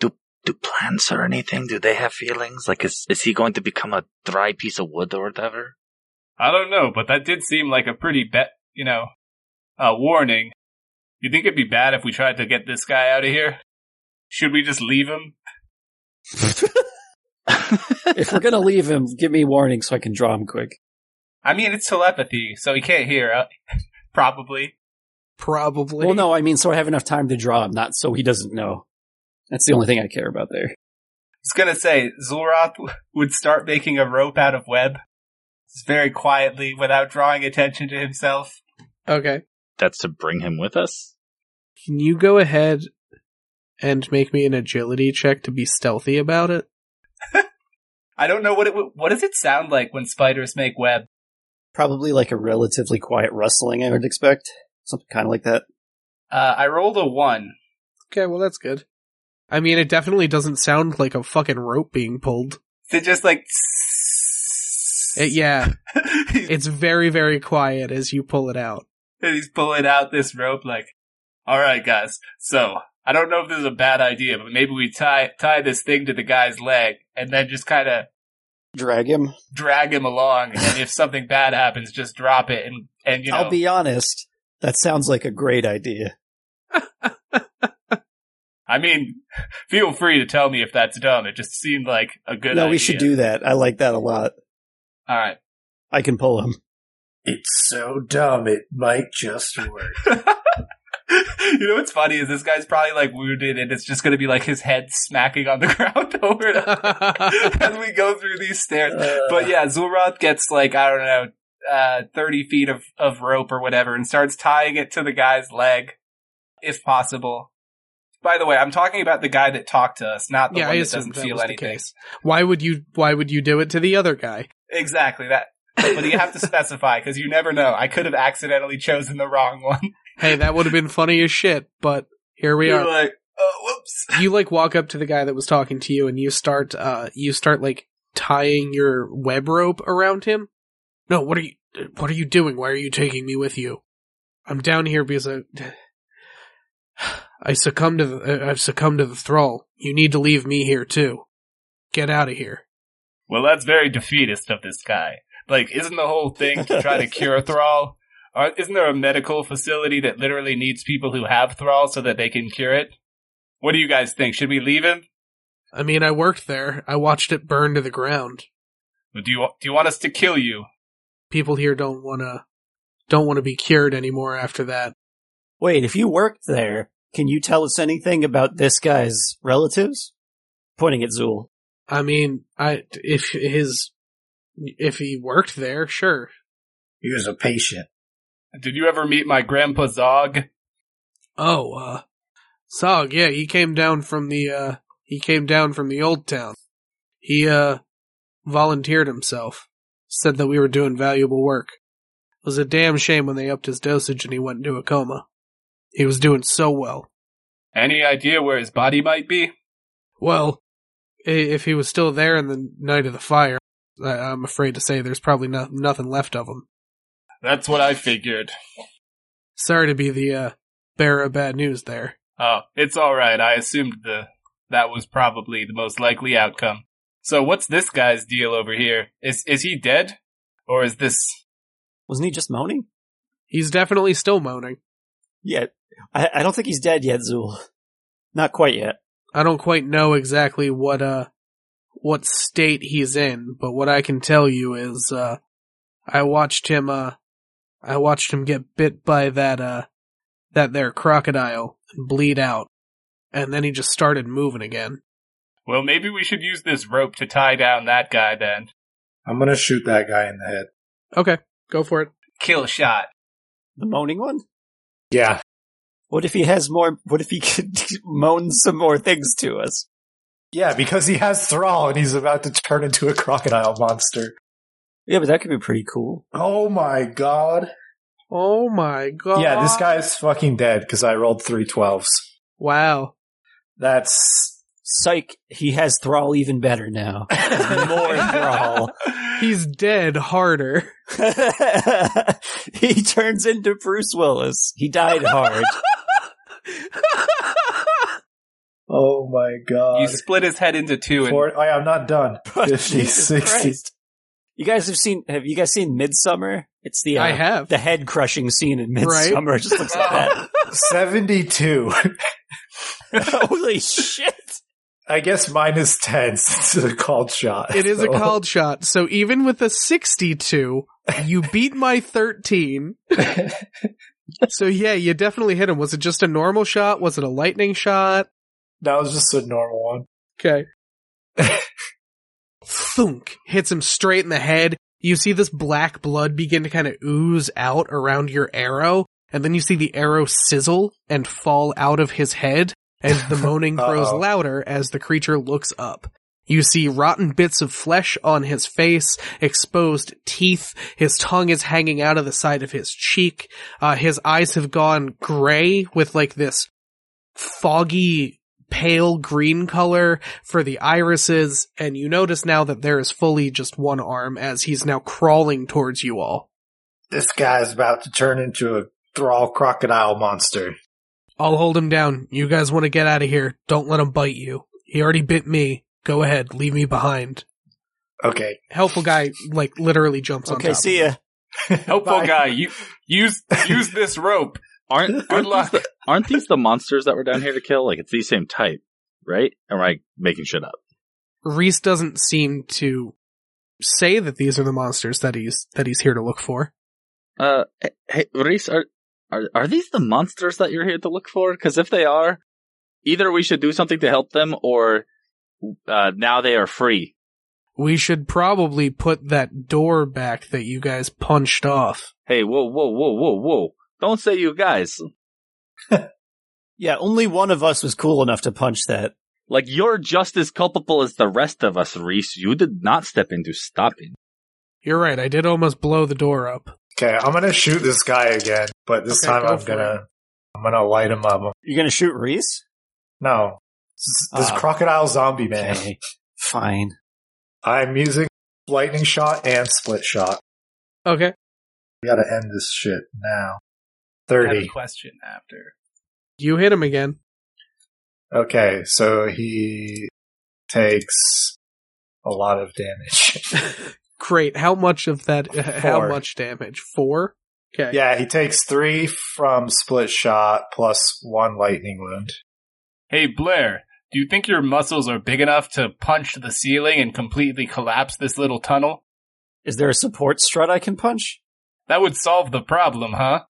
[SPEAKER 3] do do plants or anything, do they have feelings? Like is is he going to become a dry piece of wood or (laughs) whatever?
[SPEAKER 4] I don't know, but that did seem like a pretty bet, you know, uh, warning. You think it'd be bad if we tried to get this guy out of here? Should we just leave him?
[SPEAKER 2] if we're gonna leave him give me warning so i can draw him quick
[SPEAKER 6] I mean, it's telepathy, so he can't hear. Uh, (laughs) probably.
[SPEAKER 1] Probably.
[SPEAKER 2] well no i mean so i have enough time to draw him not so he doesn't know that's the only thing i care about there
[SPEAKER 6] I was gonna say Zulroth w- would start making a rope out of web, just very quietly without drawing attention to himself.
[SPEAKER 1] Okay.
[SPEAKER 3] That's to bring him with us?
[SPEAKER 1] Can you go ahead and make me an agility check to be stealthy about it?
[SPEAKER 6] I don't know what it. would- What does it sound like when spiders make web?
[SPEAKER 2] probably like a relatively quiet rustling i would expect something kind of like that
[SPEAKER 6] Uh, I rolled a one.
[SPEAKER 1] Okay, well that's good. I mean, it definitely doesn't sound like a fucking rope being pulled.
[SPEAKER 6] It just like. (laughs)
[SPEAKER 1] It, yeah,
[SPEAKER 6] He's-
[SPEAKER 1] it's very, very quiet as you pull
[SPEAKER 6] (laughs)
[SPEAKER 1] it out.
[SPEAKER 6] and he's pulling out this rope like
[SPEAKER 4] All right, guys. So I don't know if this is a bad idea, but maybe we tie tie this thing to the guy's leg and then just kind of
[SPEAKER 2] drag him
[SPEAKER 4] drag him along. And if something bad happens, just drop it and and you know.
[SPEAKER 2] i'll be honest that sounds like a great idea
[SPEAKER 4] I mean, (laughs) feel free to tell me if that's dumb. It just seemed like a good.
[SPEAKER 2] no
[SPEAKER 4] idea.
[SPEAKER 2] we should do that i like that a lot
[SPEAKER 4] All right. (laughs)
[SPEAKER 2] i can pull him
[SPEAKER 5] It's so dumb, it might just work. (laughs)
[SPEAKER 6] you know what's funny is this guy's probably like wounded and it's just gonna be like his head smacking
[SPEAKER 4] (laughs)
[SPEAKER 6] on the ground over and
[SPEAKER 2] (laughs)
[SPEAKER 6] over as we go through these stairs.
[SPEAKER 5] Uh,
[SPEAKER 6] But yeah, Zulroth gets like, I don't know, uh, 30 feet of, of rope or whatever and starts tying it to the guy's leg, if possible. By the way, I'm talking about the guy that talked to us, not the
[SPEAKER 1] Yeah, I
[SPEAKER 6] one that
[SPEAKER 1] assumed
[SPEAKER 6] doesn't
[SPEAKER 1] that
[SPEAKER 6] feel
[SPEAKER 1] was the
[SPEAKER 6] anything.
[SPEAKER 1] case. Why would you? Why would you do it to the other guy?
[SPEAKER 6] Exactly that. But you
[SPEAKER 1] (laughs)
[SPEAKER 6] have to specify because you never know. I could have accidentally chosen the wrong one.
[SPEAKER 1] Hey, that would have been funny as shit. But
[SPEAKER 6] (laughs)
[SPEAKER 1] here we
[SPEAKER 6] You're
[SPEAKER 1] are.
[SPEAKER 6] like, oh, whoops.
[SPEAKER 1] You like walk up to the guy that was talking to you, and you start. Uh, you start like tying your web rope around him. No, what are you? What are you doing? Why are you taking me with you? I'm down here because I. I succumbed to the, I've succumbed to the thrall. You need to leave me here too. Get out of here.
[SPEAKER 4] Well, that's very defeatist of this guy. Like, isn't the whole thing to try to cure Thrall? Or isn't there a medical facility that literally needs people who have Thrall so that they can cure it? What do you guys think? Should we leave him?
[SPEAKER 1] I mean, I worked there. I watched it burn to the ground.
[SPEAKER 4] Or Do you do you want us to kill you?
[SPEAKER 1] People here don't want to don't want to be cured anymore after that.
[SPEAKER 2] Wait, if you worked there, can you tell us anything about this guy's relatives? Pointing at Zool.
[SPEAKER 1] I mean, I if his if he worked there, sure.
[SPEAKER 5] He was a patient.
[SPEAKER 4] Did you ever meet my grandpa Zog?
[SPEAKER 1] Oh, uh Sog, yeah, he came down from the uh he came down from the old town. He uh volunteered himself. Said that we were doing valuable work. It was a damn shame when they upped his dosage and he went into a coma. He was doing so well.
[SPEAKER 4] Any idea where his body might be?
[SPEAKER 1] Well, i- if he was still there in the night of the fire, I, I'm afraid to say there's probably no, nothing left of him.
[SPEAKER 4] That's what I figured.
[SPEAKER 1] Sorry to be the uh, bearer of bad news there.
[SPEAKER 4] Oh, it's all right. I assumed the that was probably the most likely outcome. So what's this guy's deal over here? Is is he dead? Or is this
[SPEAKER 2] Wasn't he just moaning?
[SPEAKER 1] He's definitely still moaning.
[SPEAKER 2] Yeah. I, I don't think he's dead yet, Zool. Not quite yet.
[SPEAKER 1] I don't quite know exactly what uh what state he's in, but what I can tell you is uh I watched him uh I watched him get bit by that uh that there crocodile and bleed out. And then he just started moving again.
[SPEAKER 4] Well, maybe we should use this rope to tie down that guy then.
[SPEAKER 5] I'm gonna shoot that guy in the head.
[SPEAKER 1] Okay, go for it.
[SPEAKER 4] Kill shot.
[SPEAKER 2] The moaning one?
[SPEAKER 5] Yeah.
[SPEAKER 2] What if he has more, what if he (laughs) could moan some more things to us?
[SPEAKER 5] Yeah, because he has Thrall and he's about to turn into a crocodile monster.
[SPEAKER 2] Yeah, but that could be pretty cool.
[SPEAKER 5] Oh my god.
[SPEAKER 1] Oh my god.
[SPEAKER 5] Yeah, this guy's fucking dead because I rolled three 12s.
[SPEAKER 1] Wow.
[SPEAKER 5] (laughs) That's.
[SPEAKER 2] Psych, he has Thrall even better (laughs) now. more Thrall.
[SPEAKER 1] He's dead harder. (laughs)
[SPEAKER 2] he turns into Bruce Willis. He died (laughs) hard.
[SPEAKER 5] Oh my god.
[SPEAKER 6] Uh,
[SPEAKER 4] You split his head into two and
[SPEAKER 5] Four- oh, yeah, I'm not (laughs) done. 50,
[SPEAKER 2] Jesus
[SPEAKER 5] 60.
[SPEAKER 2] Christ. You guys have seen, have you guys seen Midsummer? It's the, uh,
[SPEAKER 1] I have.
[SPEAKER 2] the head crushing scene in Midsummer. (laughs) It just looks
[SPEAKER 1] (laughs)
[SPEAKER 2] like that.
[SPEAKER 5] 72.
[SPEAKER 2] Holy shit.
[SPEAKER 5] I guess minus (laughs) 10 since it's a called shot.
[SPEAKER 1] It is a
[SPEAKER 5] So-
[SPEAKER 1] called shot. So even with a 62, you beat my
[SPEAKER 5] (laughs)
[SPEAKER 1] 13. so yeah, you definitely hit him. Was it just a normal shot? Was it a lightning shot?
[SPEAKER 5] That was just a normal one.
[SPEAKER 1] Okay. (laughs) Thunk hits him straight in the head. You see this black blood begin to kind of ooze out around your arrow, and then you see the arrow sizzle and fall out of his head, and the moaning grows
[SPEAKER 5] Uh-oh.
[SPEAKER 1] louder as the creature looks up. You see rotten bits of flesh on his face, exposed teeth, his tongue is hanging out of the side of his cheek, uh, his eyes have gone gray with like this foggy pale green color for the irises, and you notice now that there is fully just one arm as he's now crawling towards you all.
[SPEAKER 5] This guy's about to turn into a thrall crocodile monster.
[SPEAKER 1] I'll hold him down. You guys want to get out of here. Don't let him bite you. He already bit me. Go ahead, leave me behind.
[SPEAKER 5] Okay.
[SPEAKER 1] Helpful guy, like, literally jumps on
[SPEAKER 2] Okay,
[SPEAKER 1] top.
[SPEAKER 2] see ya.
[SPEAKER 4] helpful
[SPEAKER 6] (laughs)
[SPEAKER 5] Bye.
[SPEAKER 4] guy. You use use this rope.
[SPEAKER 3] Aren't
[SPEAKER 4] Good
[SPEAKER 3] aren't these,
[SPEAKER 4] luck.
[SPEAKER 3] the, aren't these the monsters that we're down here to kill? Like it's the same type, right? Or am I making shit up?
[SPEAKER 1] Reese doesn't seem to say that these are the monsters that he's that he's here to look for.
[SPEAKER 3] Uh, hey- hey, Reese, are, are are these the monsters that you're here to look for? Because if they are, either we should do something to help them, or uh, now they are free.
[SPEAKER 1] We should probably put that door back that you guys punched off.
[SPEAKER 3] Hey, whoa, whoa, whoa, whoa, whoa! Don't say you guys.
[SPEAKER 2] Yeah, only one of us was cool enough to punch that.
[SPEAKER 3] Like you're just as culpable as the rest of us, Reese. You did not step into stopping.
[SPEAKER 1] You're right. I did almost blow the door up.
[SPEAKER 5] Okay, I'm gonna shoot this guy again, but this
[SPEAKER 1] Okay,
[SPEAKER 5] time
[SPEAKER 1] go
[SPEAKER 5] I'm
[SPEAKER 1] for
[SPEAKER 5] gonna I'm gonna light him up.
[SPEAKER 2] You're gonna shoot Reese?
[SPEAKER 5] No, this, this
[SPEAKER 2] Ah.
[SPEAKER 5] crocodile zombie man.
[SPEAKER 2] Okay. Fine.
[SPEAKER 5] I'm using lightning shot and split shot.
[SPEAKER 1] Okay.
[SPEAKER 5] We gotta end this shit now.
[SPEAKER 4] I have a
[SPEAKER 5] Thirty.
[SPEAKER 4] question after.
[SPEAKER 1] You hit him again.
[SPEAKER 5] Okay, so he takes a lot of damage.
[SPEAKER 1] (laughs) Great. How much of that? (laughs) How
[SPEAKER 5] Four.
[SPEAKER 1] much damage? Four. Okay.
[SPEAKER 5] yeah, he takes three from split shot plus one lightning wound.
[SPEAKER 4] Hey Blair, do you think your muscles are big enough to punch the ceiling and completely collapse this little tunnel?
[SPEAKER 2] Is there a support strut I can punch?
[SPEAKER 4] That would solve the problem, huh?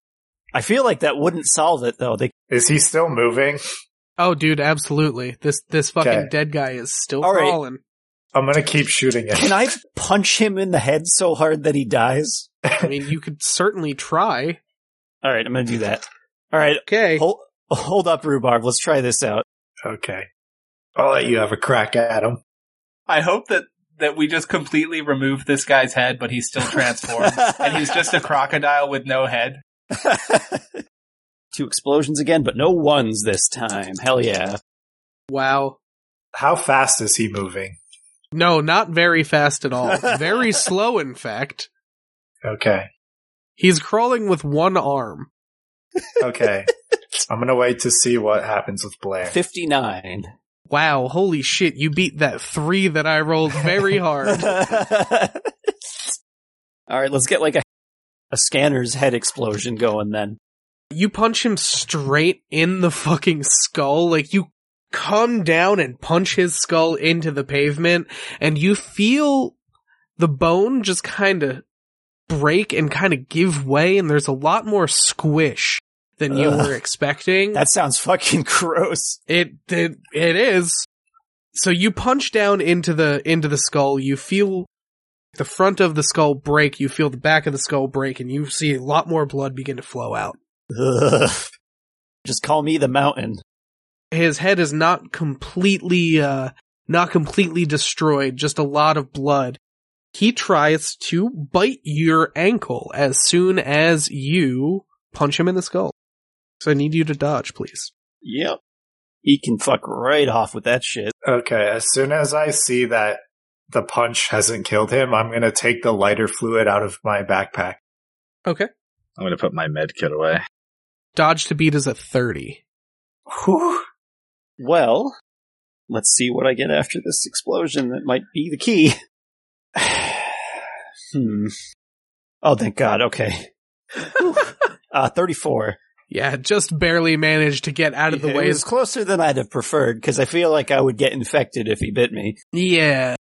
[SPEAKER 2] I feel like that wouldn't solve it though. They
[SPEAKER 5] Is he still moving?
[SPEAKER 1] Oh, dude, absolutely. This this fucking
[SPEAKER 5] Okay.
[SPEAKER 1] dead guy is still
[SPEAKER 2] All right.
[SPEAKER 1] crawling.
[SPEAKER 5] I'm gonna keep shooting it.
[SPEAKER 2] can I punch him in the head so hard that he dies?
[SPEAKER 1] I mean, you could certainly try.
[SPEAKER 2] All right, I'm gonna do that. All right,
[SPEAKER 1] Okay.
[SPEAKER 2] hold, hold up, rhubarb. Let's try this out.
[SPEAKER 5] Okay. I'll let you have a crack at him.
[SPEAKER 6] I hope that that we just completely remove this guy's head, but he's
[SPEAKER 4] (laughs)
[SPEAKER 6] still
[SPEAKER 2] (laughs)
[SPEAKER 6] transformed, and he's just a crocodile with no head.
[SPEAKER 2] Two explosions again, but no ones this time. Hell yeah!
[SPEAKER 1] Wow.
[SPEAKER 5] How fast is he moving?
[SPEAKER 1] No, not very fast at all. very slow, in fact.
[SPEAKER 5] Okay.
[SPEAKER 1] He's crawling with one arm. (laughs)
[SPEAKER 5] Okay. I'm gonna wait to see what happens with Blair.
[SPEAKER 2] Fifty nine.
[SPEAKER 1] Wow, holy shit, you beat that three that I rolled very hard.
[SPEAKER 2] All right, let's get like a a scanner's head explosion going then.
[SPEAKER 1] you punch him straight in the fucking skull. Like you come down and punch his skull into the pavement and you feel the bone just kind of break and kind of give way and there's a lot more squish than you
[SPEAKER 2] Ugh.
[SPEAKER 1] were expecting.
[SPEAKER 2] That sounds fucking (laughs) gross.
[SPEAKER 1] It it it is. So you punch down into the into the skull. You feel the front of the skull break. You feel the back of the skull break, and you see a lot more blood begin to flow out.
[SPEAKER 2] Ugh. (laughs) Just call me the mountain.
[SPEAKER 1] His head is not completely uh not completely destroyed. Just a lot of blood. He tries to bite your ankle as soon as you punch him in the skull. So I need you to dodge, please.
[SPEAKER 2] Yep. He can fuck right off with that shit.
[SPEAKER 5] Okay, as soon as I see that the punch hasn't killed him, I'm gonna take the lighter fluid out of my backpack.
[SPEAKER 1] Okay.
[SPEAKER 3] I'm gonna put my med kit away.
[SPEAKER 1] Dodge to beat is a thirty.
[SPEAKER 5] Whew.
[SPEAKER 2] Well, let's see what I get after this explosion. That might be the key. (sighs) hmm. Oh, thank God. Okay. Whew. uh, 34.
[SPEAKER 1] Yeah, just barely managed to get out of the
[SPEAKER 2] it
[SPEAKER 1] way.
[SPEAKER 2] was closer than I'd have preferred because I feel like I would get infected if he bit me.
[SPEAKER 1] Yeah.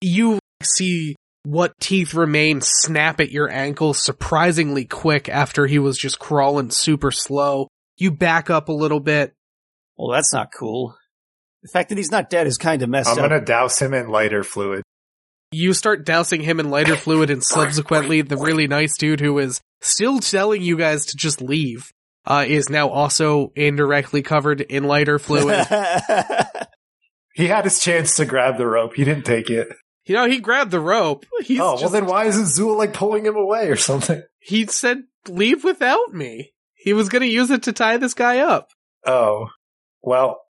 [SPEAKER 1] You see what teeth remain snap at your ankle surprisingly quick after he was just crawling super slow. You back up a little bit.
[SPEAKER 2] Well, that's not cool. The fact that he's not dead is kind of messed
[SPEAKER 5] I'm
[SPEAKER 2] up.
[SPEAKER 5] gonna douse him in lighter fluid.
[SPEAKER 1] You start dousing him in lighter fluid and subsequently the really nice dude who is still telling you guys to just leave uh, is now also indirectly covered in
[SPEAKER 5] (laughs)
[SPEAKER 1] lighter fluid.
[SPEAKER 5] He had his chance to grab the rope. He didn't take it.
[SPEAKER 1] you know, he grabbed the rope. He's
[SPEAKER 5] oh, well
[SPEAKER 1] just-
[SPEAKER 5] then why isn't Zool like pulling him away or something?
[SPEAKER 1] he said, leave without me. He was going to use it to tie this guy up.
[SPEAKER 5] Oh. Well,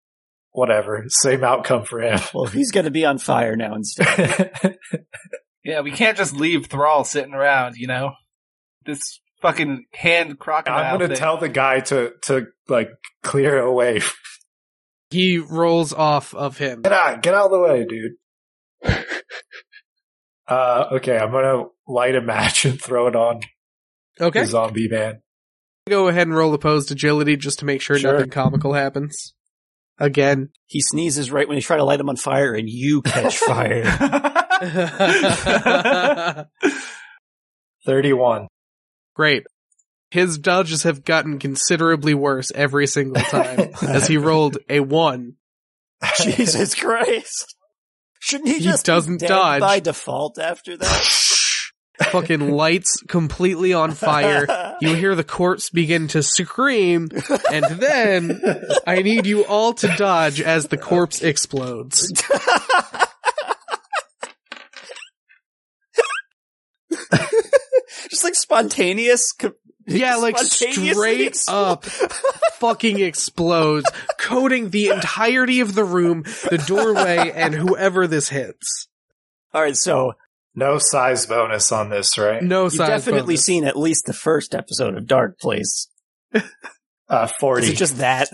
[SPEAKER 5] whatever. Same outcome for him.
[SPEAKER 2] (laughs)
[SPEAKER 5] (laughs)
[SPEAKER 2] well, he's going to be on fire now instead.
[SPEAKER 6] Yeah, we can't just leave Thrall sitting around, you know. This fucking hand crocodile.
[SPEAKER 5] I'm gonna
[SPEAKER 6] thing.
[SPEAKER 5] tell the guy to to like clear away. (laughs)
[SPEAKER 1] He rolls off of him.
[SPEAKER 5] Get out, get out of the way,
[SPEAKER 1] (laughs)
[SPEAKER 5] dude. uh okay, I'm gonna light a match and throw it on
[SPEAKER 1] Okay.
[SPEAKER 5] the zombie
[SPEAKER 1] (laughs)
[SPEAKER 5] man.
[SPEAKER 1] Go ahead and roll opposed agility just to make sure,
[SPEAKER 5] Sure.
[SPEAKER 1] nothing comical happens.
[SPEAKER 5] (laughs)
[SPEAKER 1] Again. (laughs)
[SPEAKER 2] he sneezes right when you try to light him on fire, and you catch fire.
[SPEAKER 5] Thirty one.
[SPEAKER 1] Great. His dodges have gotten considerably worse every single
[SPEAKER 2] (laughs)
[SPEAKER 1] time as he rolled a one.
[SPEAKER 2] Jesus Christ! Shouldn't he,
[SPEAKER 1] He
[SPEAKER 2] just be
[SPEAKER 1] doesn't
[SPEAKER 2] dead
[SPEAKER 1] dodge.
[SPEAKER 2] by default after that?
[SPEAKER 1] Fucking lights completely on fire.
[SPEAKER 2] (laughs)
[SPEAKER 1] You hear the corpse begin to scream, and then I need you all to dodge as the corpse explodes.
[SPEAKER 2] just like spontaneous. co-
[SPEAKER 1] Yeah, like
[SPEAKER 2] spontaneously
[SPEAKER 1] straight
[SPEAKER 2] expl-
[SPEAKER 1] up
[SPEAKER 2] (laughs)
[SPEAKER 1] fucking explodes, coating the entirety of the room, the doorway, and whoever this hits.
[SPEAKER 2] All right, so
[SPEAKER 5] No size bonus on this, right?
[SPEAKER 1] No
[SPEAKER 2] you've
[SPEAKER 1] size
[SPEAKER 2] definitely
[SPEAKER 1] bonus.
[SPEAKER 2] seen at least the first episode of Dark Place.
[SPEAKER 5] Uh
[SPEAKER 2] Is
[SPEAKER 5] forty.
[SPEAKER 2] it just that?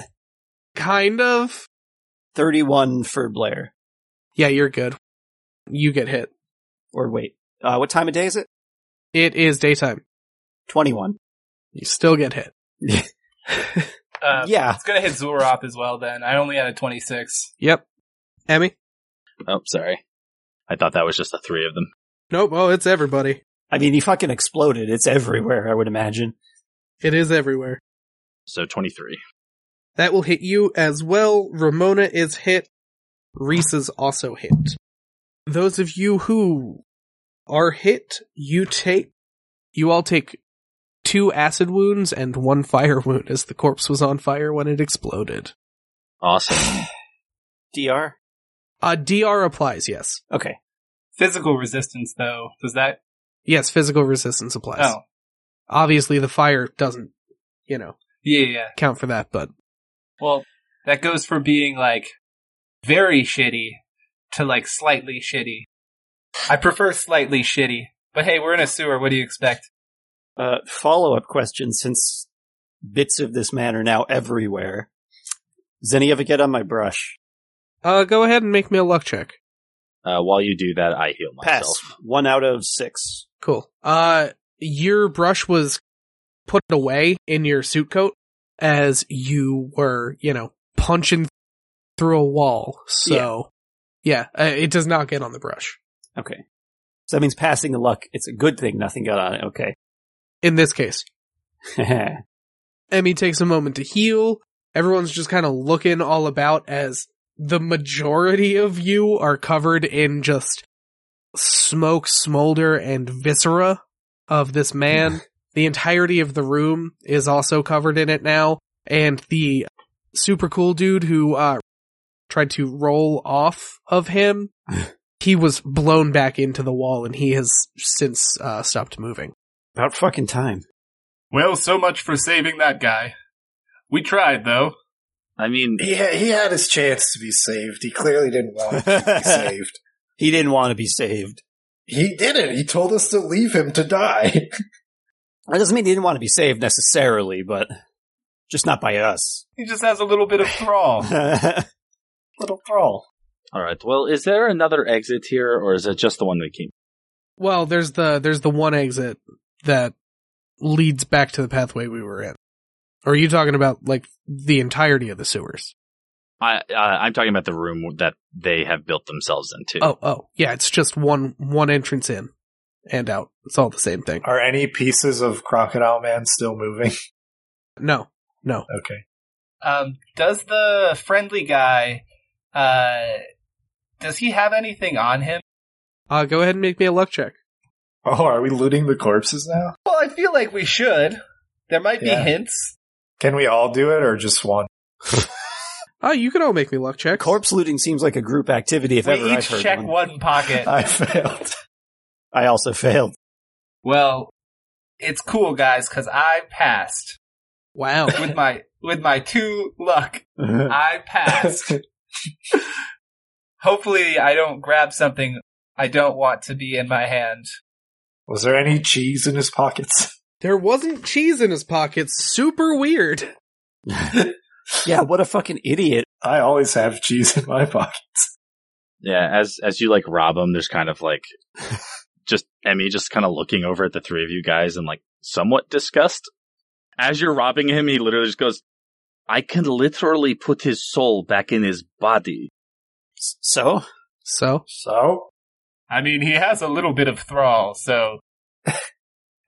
[SPEAKER 1] kind of.
[SPEAKER 2] Thirty-one for Blair.
[SPEAKER 1] Yeah, you're good. You get hit.
[SPEAKER 2] Or wait, uh, what time of day is it?
[SPEAKER 1] It is daytime.
[SPEAKER 2] Twenty-one.
[SPEAKER 1] You still get hit.
[SPEAKER 6] Uh,
[SPEAKER 2] yeah.
[SPEAKER 6] It's gonna hit Zorop as well. Then I only had a twenty-six.
[SPEAKER 1] Yep. Emmy?
[SPEAKER 3] Oh, sorry. I thought that was just the three of them.
[SPEAKER 1] Nope. Oh, it's everybody.
[SPEAKER 2] I mean, he fucking exploded. It's everywhere, I would imagine.
[SPEAKER 1] It is everywhere.
[SPEAKER 3] So 23.
[SPEAKER 1] That will hit you as well. Ramona is hit. Reese is also hit. Those of you who are hit, you take, you all take two acid wounds and one fire wound as the corpse was on fire when it exploded.
[SPEAKER 3] Awesome.
[SPEAKER 2] DR?
[SPEAKER 1] Uh, DR applies, yes.
[SPEAKER 2] Okay.
[SPEAKER 4] Physical resistance, though, does that?
[SPEAKER 1] Yes, physical resistance applies.
[SPEAKER 4] Oh,
[SPEAKER 1] Obviously the fire doesn't, you know,
[SPEAKER 4] yeah, yeah, yeah.
[SPEAKER 1] count for that, but
[SPEAKER 4] Well, that goes from being like very shitty to like slightly shitty. I prefer slightly shitty. But hey, we're in a sewer. What do you expect?
[SPEAKER 2] Uh, follow up question since bits of this man are now everywhere. Does any of it get on my brush?
[SPEAKER 1] uh go ahead and make me a luck check.
[SPEAKER 3] Uh, while you do that, I heal
[SPEAKER 2] Pass.
[SPEAKER 3] myself.
[SPEAKER 2] One out of six.
[SPEAKER 1] Cool. Uh, your brush was put away in your suit coat as you were, you know, punching through a wall. So, yeah, uh, it does not get on the brush.
[SPEAKER 2] Okay. So that means passing the luck. It's a good thing nothing got on it. Okay. (laughs)
[SPEAKER 1] In this case, Emmy takes a moment to heal. Everyone's just kind of looking all about as the majority of you are covered in just smoke, smolder, and viscera of this man. the entirety of the room is also covered in it now, and the super cool dude who uh, tried to roll off of him, he was blown back into the wall, and he has since uh, stopped moving.
[SPEAKER 2] About fucking
[SPEAKER 4] (laughs)
[SPEAKER 2] time. (laughs)
[SPEAKER 4] Well, so much for saving that guy. We tried, though.
[SPEAKER 3] I mean,
[SPEAKER 5] He, ha- he had his chance to be saved. He clearly didn't want to (laughs) be saved.
[SPEAKER 2] He didn't want to be saved.
[SPEAKER 5] He didn't. He told us to leave him to die. (laughs)
[SPEAKER 2] That doesn't mean he didn't want to be saved necessarily, but just not by us.
[SPEAKER 4] He just has a little (laughs) bit of thrall. Oh.
[SPEAKER 2] (laughs) Little girl.
[SPEAKER 3] all right. Well, is there another exit here, or is it just the one we came?
[SPEAKER 1] Well, there's the there's the one exit that leads back to the pathway we were in. Or are you talking about like the entirety of the sewers?
[SPEAKER 3] I uh, I'm talking about the room that they have built themselves into.
[SPEAKER 1] Oh, oh, yeah, it's just one one entrance in and out. It's all the same thing.
[SPEAKER 5] Are any pieces of Crocodile Man still moving? (laughs)
[SPEAKER 1] No, no.
[SPEAKER 5] Okay.
[SPEAKER 4] Um, does the friendly guy, uh, does he have anything on him?
[SPEAKER 1] Uh, go ahead and make me a luck check.
[SPEAKER 5] Oh, are we looting the corpses now?
[SPEAKER 4] Well, I feel like we should. There might be
[SPEAKER 5] Yeah.
[SPEAKER 4] hints.
[SPEAKER 5] Can we all do it or just one?
[SPEAKER 1] Oh, you can all make me luck checks.
[SPEAKER 2] Corpse looting seems like a group activity if
[SPEAKER 4] we
[SPEAKER 2] ever I've
[SPEAKER 4] each
[SPEAKER 2] heard (laughs)
[SPEAKER 4] check
[SPEAKER 2] one.
[SPEAKER 4] one pocket.
[SPEAKER 5] I failed.
[SPEAKER 2] I also failed.
[SPEAKER 4] well, it's cool, guys, because I passed
[SPEAKER 1] Wow.
[SPEAKER 4] with my with my two
[SPEAKER 2] (laughs)
[SPEAKER 4] luck. I passed. Hopefully, I don't grab something I don't want to be in my hand.
[SPEAKER 5] Was there any cheese in his pockets?
[SPEAKER 1] there wasn't cheese in his pockets. Super weird.
[SPEAKER 2] Yeah, what a fucking idiot.
[SPEAKER 5] I always have cheese in my pocket.
[SPEAKER 3] Yeah, as as you like rob them, there's kind of like just Emmy just kind of looking over at the three of you guys and like somewhat disgust. As you're robbing him, he literally just goes, "I can literally put his soul back in his body."
[SPEAKER 2] S- So?
[SPEAKER 1] So,
[SPEAKER 5] So? (laughs)
[SPEAKER 4] I mean, he has a little bit of
[SPEAKER 2] (laughs)
[SPEAKER 4] thrall, so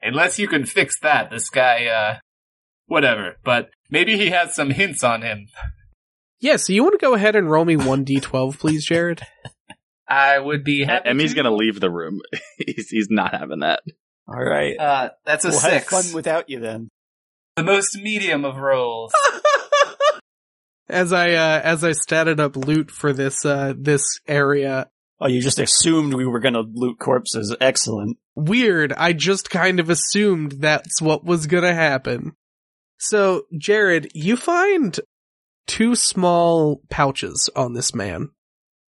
[SPEAKER 4] unless you can fix that, this guy, uh, whatever. But maybe he has some hints on him.
[SPEAKER 1] yeah, so you want to go ahead and roll me 1d12, please, Jared?
[SPEAKER 4] I would be
[SPEAKER 3] E-
[SPEAKER 4] happy.
[SPEAKER 3] Emmy's
[SPEAKER 4] to.
[SPEAKER 3] gonna leave the room. (laughs) he's he's not having that.
[SPEAKER 2] All right.
[SPEAKER 4] Uh, that's a
[SPEAKER 2] we'll
[SPEAKER 4] six.
[SPEAKER 2] have fun without you then.
[SPEAKER 4] the most medium of (laughs) rolls.
[SPEAKER 1] as I uh, as I statted up loot for this uh, this area.
[SPEAKER 2] Oh, you just assumed we were going to loot corpses. Excellent.
[SPEAKER 1] Weird. I just kind of assumed that's what was gonna happen. So, Jared, you find two small pouches on this man.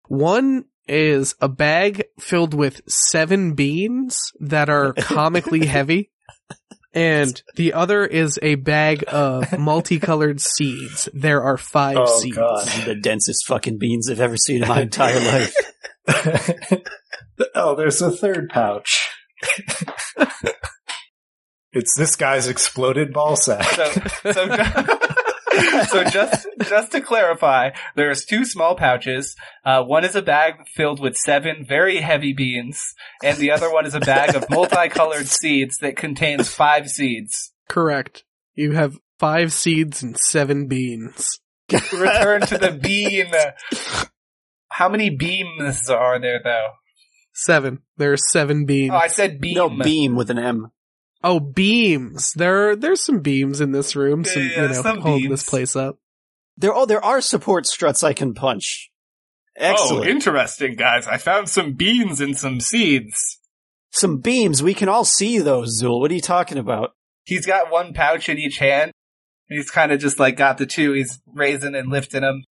[SPEAKER 1] One is a bag filled with seven beans that
[SPEAKER 5] (laughs)
[SPEAKER 1] are comically heavy. And the other is a bag
[SPEAKER 5] (laughs)
[SPEAKER 1] of multicolored seeds. There are five
[SPEAKER 5] Oh,
[SPEAKER 1] seeds.
[SPEAKER 5] God.
[SPEAKER 2] These are the densest fucking beans I've ever seen in my entire life.
[SPEAKER 5] oh, there's a third pouch. (laughs) it's this guy's exploded ball sack.
[SPEAKER 4] So, so,
[SPEAKER 6] (laughs) so just just to clarify, there's two small pouches. Uh, one is a bag filled with seven very heavy beans, and the other one is a bag
[SPEAKER 2] (laughs)
[SPEAKER 6] of multicolored seeds that contains five seeds.
[SPEAKER 1] Correct. You have five seeds and seven beans.
[SPEAKER 6] Return to the bean. How many beams are there though?
[SPEAKER 1] Seven. There are seven beans.
[SPEAKER 6] Oh, I said beam.
[SPEAKER 2] No, beam with an M.
[SPEAKER 1] Oh, beams. There are, there's some beams in this room. Some,
[SPEAKER 6] Yeah,
[SPEAKER 1] you know,
[SPEAKER 6] some
[SPEAKER 1] holding
[SPEAKER 6] beams.
[SPEAKER 1] this place up.
[SPEAKER 2] There, oh, there are support struts I can punch. Excellent.
[SPEAKER 4] Oh, interesting, guys. I found some beans and some seeds.
[SPEAKER 2] Some beams. We can all see those, Zool. What are you talking about?
[SPEAKER 6] He's got one pouch in each hand. and He's kind of just like got the two. He's raising and lifting them.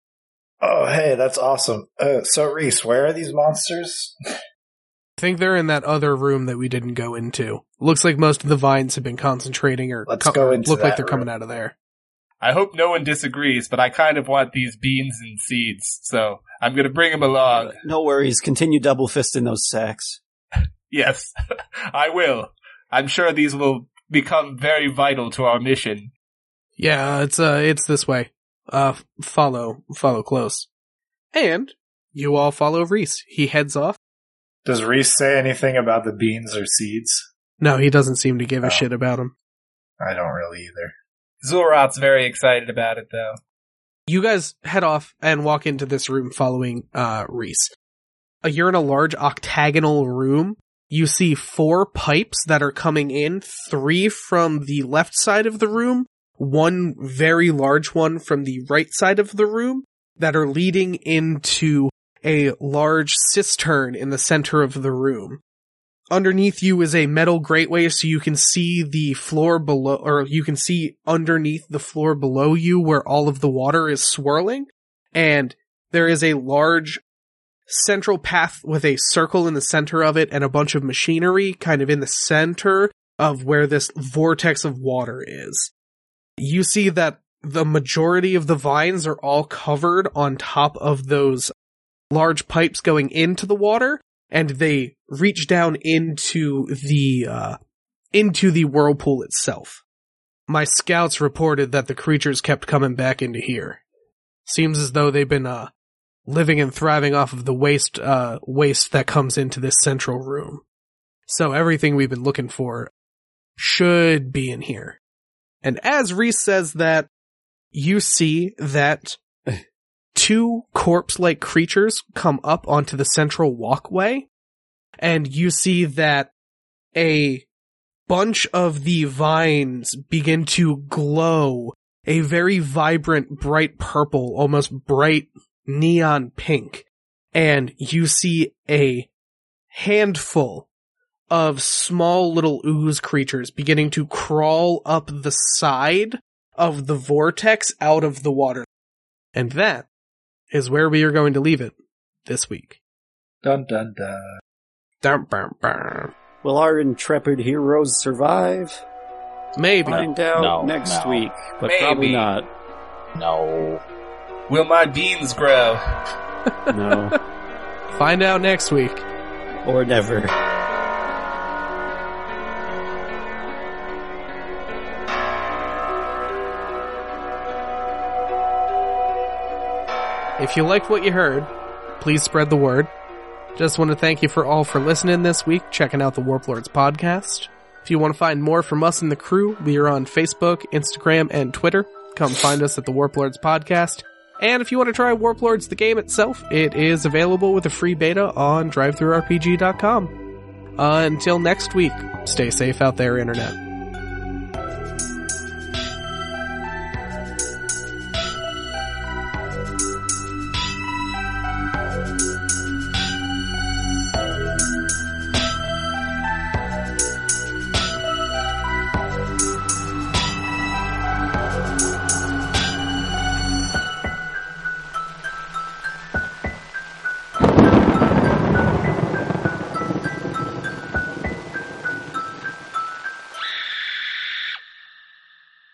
[SPEAKER 5] Oh, hey, that's awesome. Uh, so, Reese, where are these monsters?
[SPEAKER 1] I think they're in that other room that we didn't go into. Looks like most of the vines have been concentrating or
[SPEAKER 5] Let's go into
[SPEAKER 1] look like
[SPEAKER 5] that
[SPEAKER 1] they're
[SPEAKER 5] room.
[SPEAKER 1] coming out of there.
[SPEAKER 4] I hope no one disagrees, but I kind of want these beans and seeds, so I'm gonna bring them along.
[SPEAKER 2] Uh, No worries. Continue double fisting those sacks.
[SPEAKER 4] Yes, (laughs) I will. I'm sure these will become very vital to our mission.
[SPEAKER 1] Yeah, it's uh it's this way. Uh f- follow follow close. And you all follow Reese. He heads off.
[SPEAKER 5] Does Reese say anything about the beans or seeds?
[SPEAKER 1] No, he doesn't seem to give a
[SPEAKER 5] Oh.
[SPEAKER 1] shit about him.
[SPEAKER 5] I don't really either.
[SPEAKER 6] Zulrot's very excited about it though.
[SPEAKER 1] You guys head off and walk into this room following uh Reese. Uh, You're in a large octagonal room. You see four pipes that are coming in, three from the left side of the room, one very large one from the right side of the room that are leading into a large cistern in the center of the room. Underneath you is a metal grateway so you can see the floor below, or you can see underneath the floor below you where all of the water is swirling. And there is a large central path with a circle in the center of it and a bunch of machinery kind of in the center of where this vortex of water is. You see that the majority of the vines are all covered on top of those large pipes going into the water and they reach down into the uh, into the whirlpool itself. My scouts reported that the creatures kept coming back into here. Seems as though they've been uh, living and thriving off of the waste uh, waste that comes into this central room. So everything we've been looking for should be in here. And as Reese says that, you see that two corpse-like creatures come up onto the central walkway, and you see that a bunch of the vines begin to glow a very vibrant, bright purple, almost bright neon pink. And you see a handful of small little ooze creatures beginning to crawl up the side of the vortex out of the water. And that is where we are going to leave it this week.
[SPEAKER 5] Dun dun dun.
[SPEAKER 1] Dum, bum, bum.
[SPEAKER 2] Will our intrepid heroes survive?
[SPEAKER 1] Maybe.
[SPEAKER 2] Find out
[SPEAKER 3] No,
[SPEAKER 2] next
[SPEAKER 3] no.
[SPEAKER 2] week, but
[SPEAKER 6] Maybe.
[SPEAKER 2] probably not.
[SPEAKER 3] No.
[SPEAKER 6] Will my beans grow?
[SPEAKER 2] (laughs) No,
[SPEAKER 1] Find out next week.
[SPEAKER 2] or never.
[SPEAKER 1] If you liked what you heard, please spread the word. Just want to thank you for all for listening this week, checking out the Warp Lords podcast. If you want to find more from us and the crew, we are on Facebook, Instagram, and Twitter. Come find us at the Warp Lords podcast. And if you want to try Warp Lords the game itself, it is available with a free beta on drivethroughrpg.com. Uh, until next week, stay safe out there, Internet.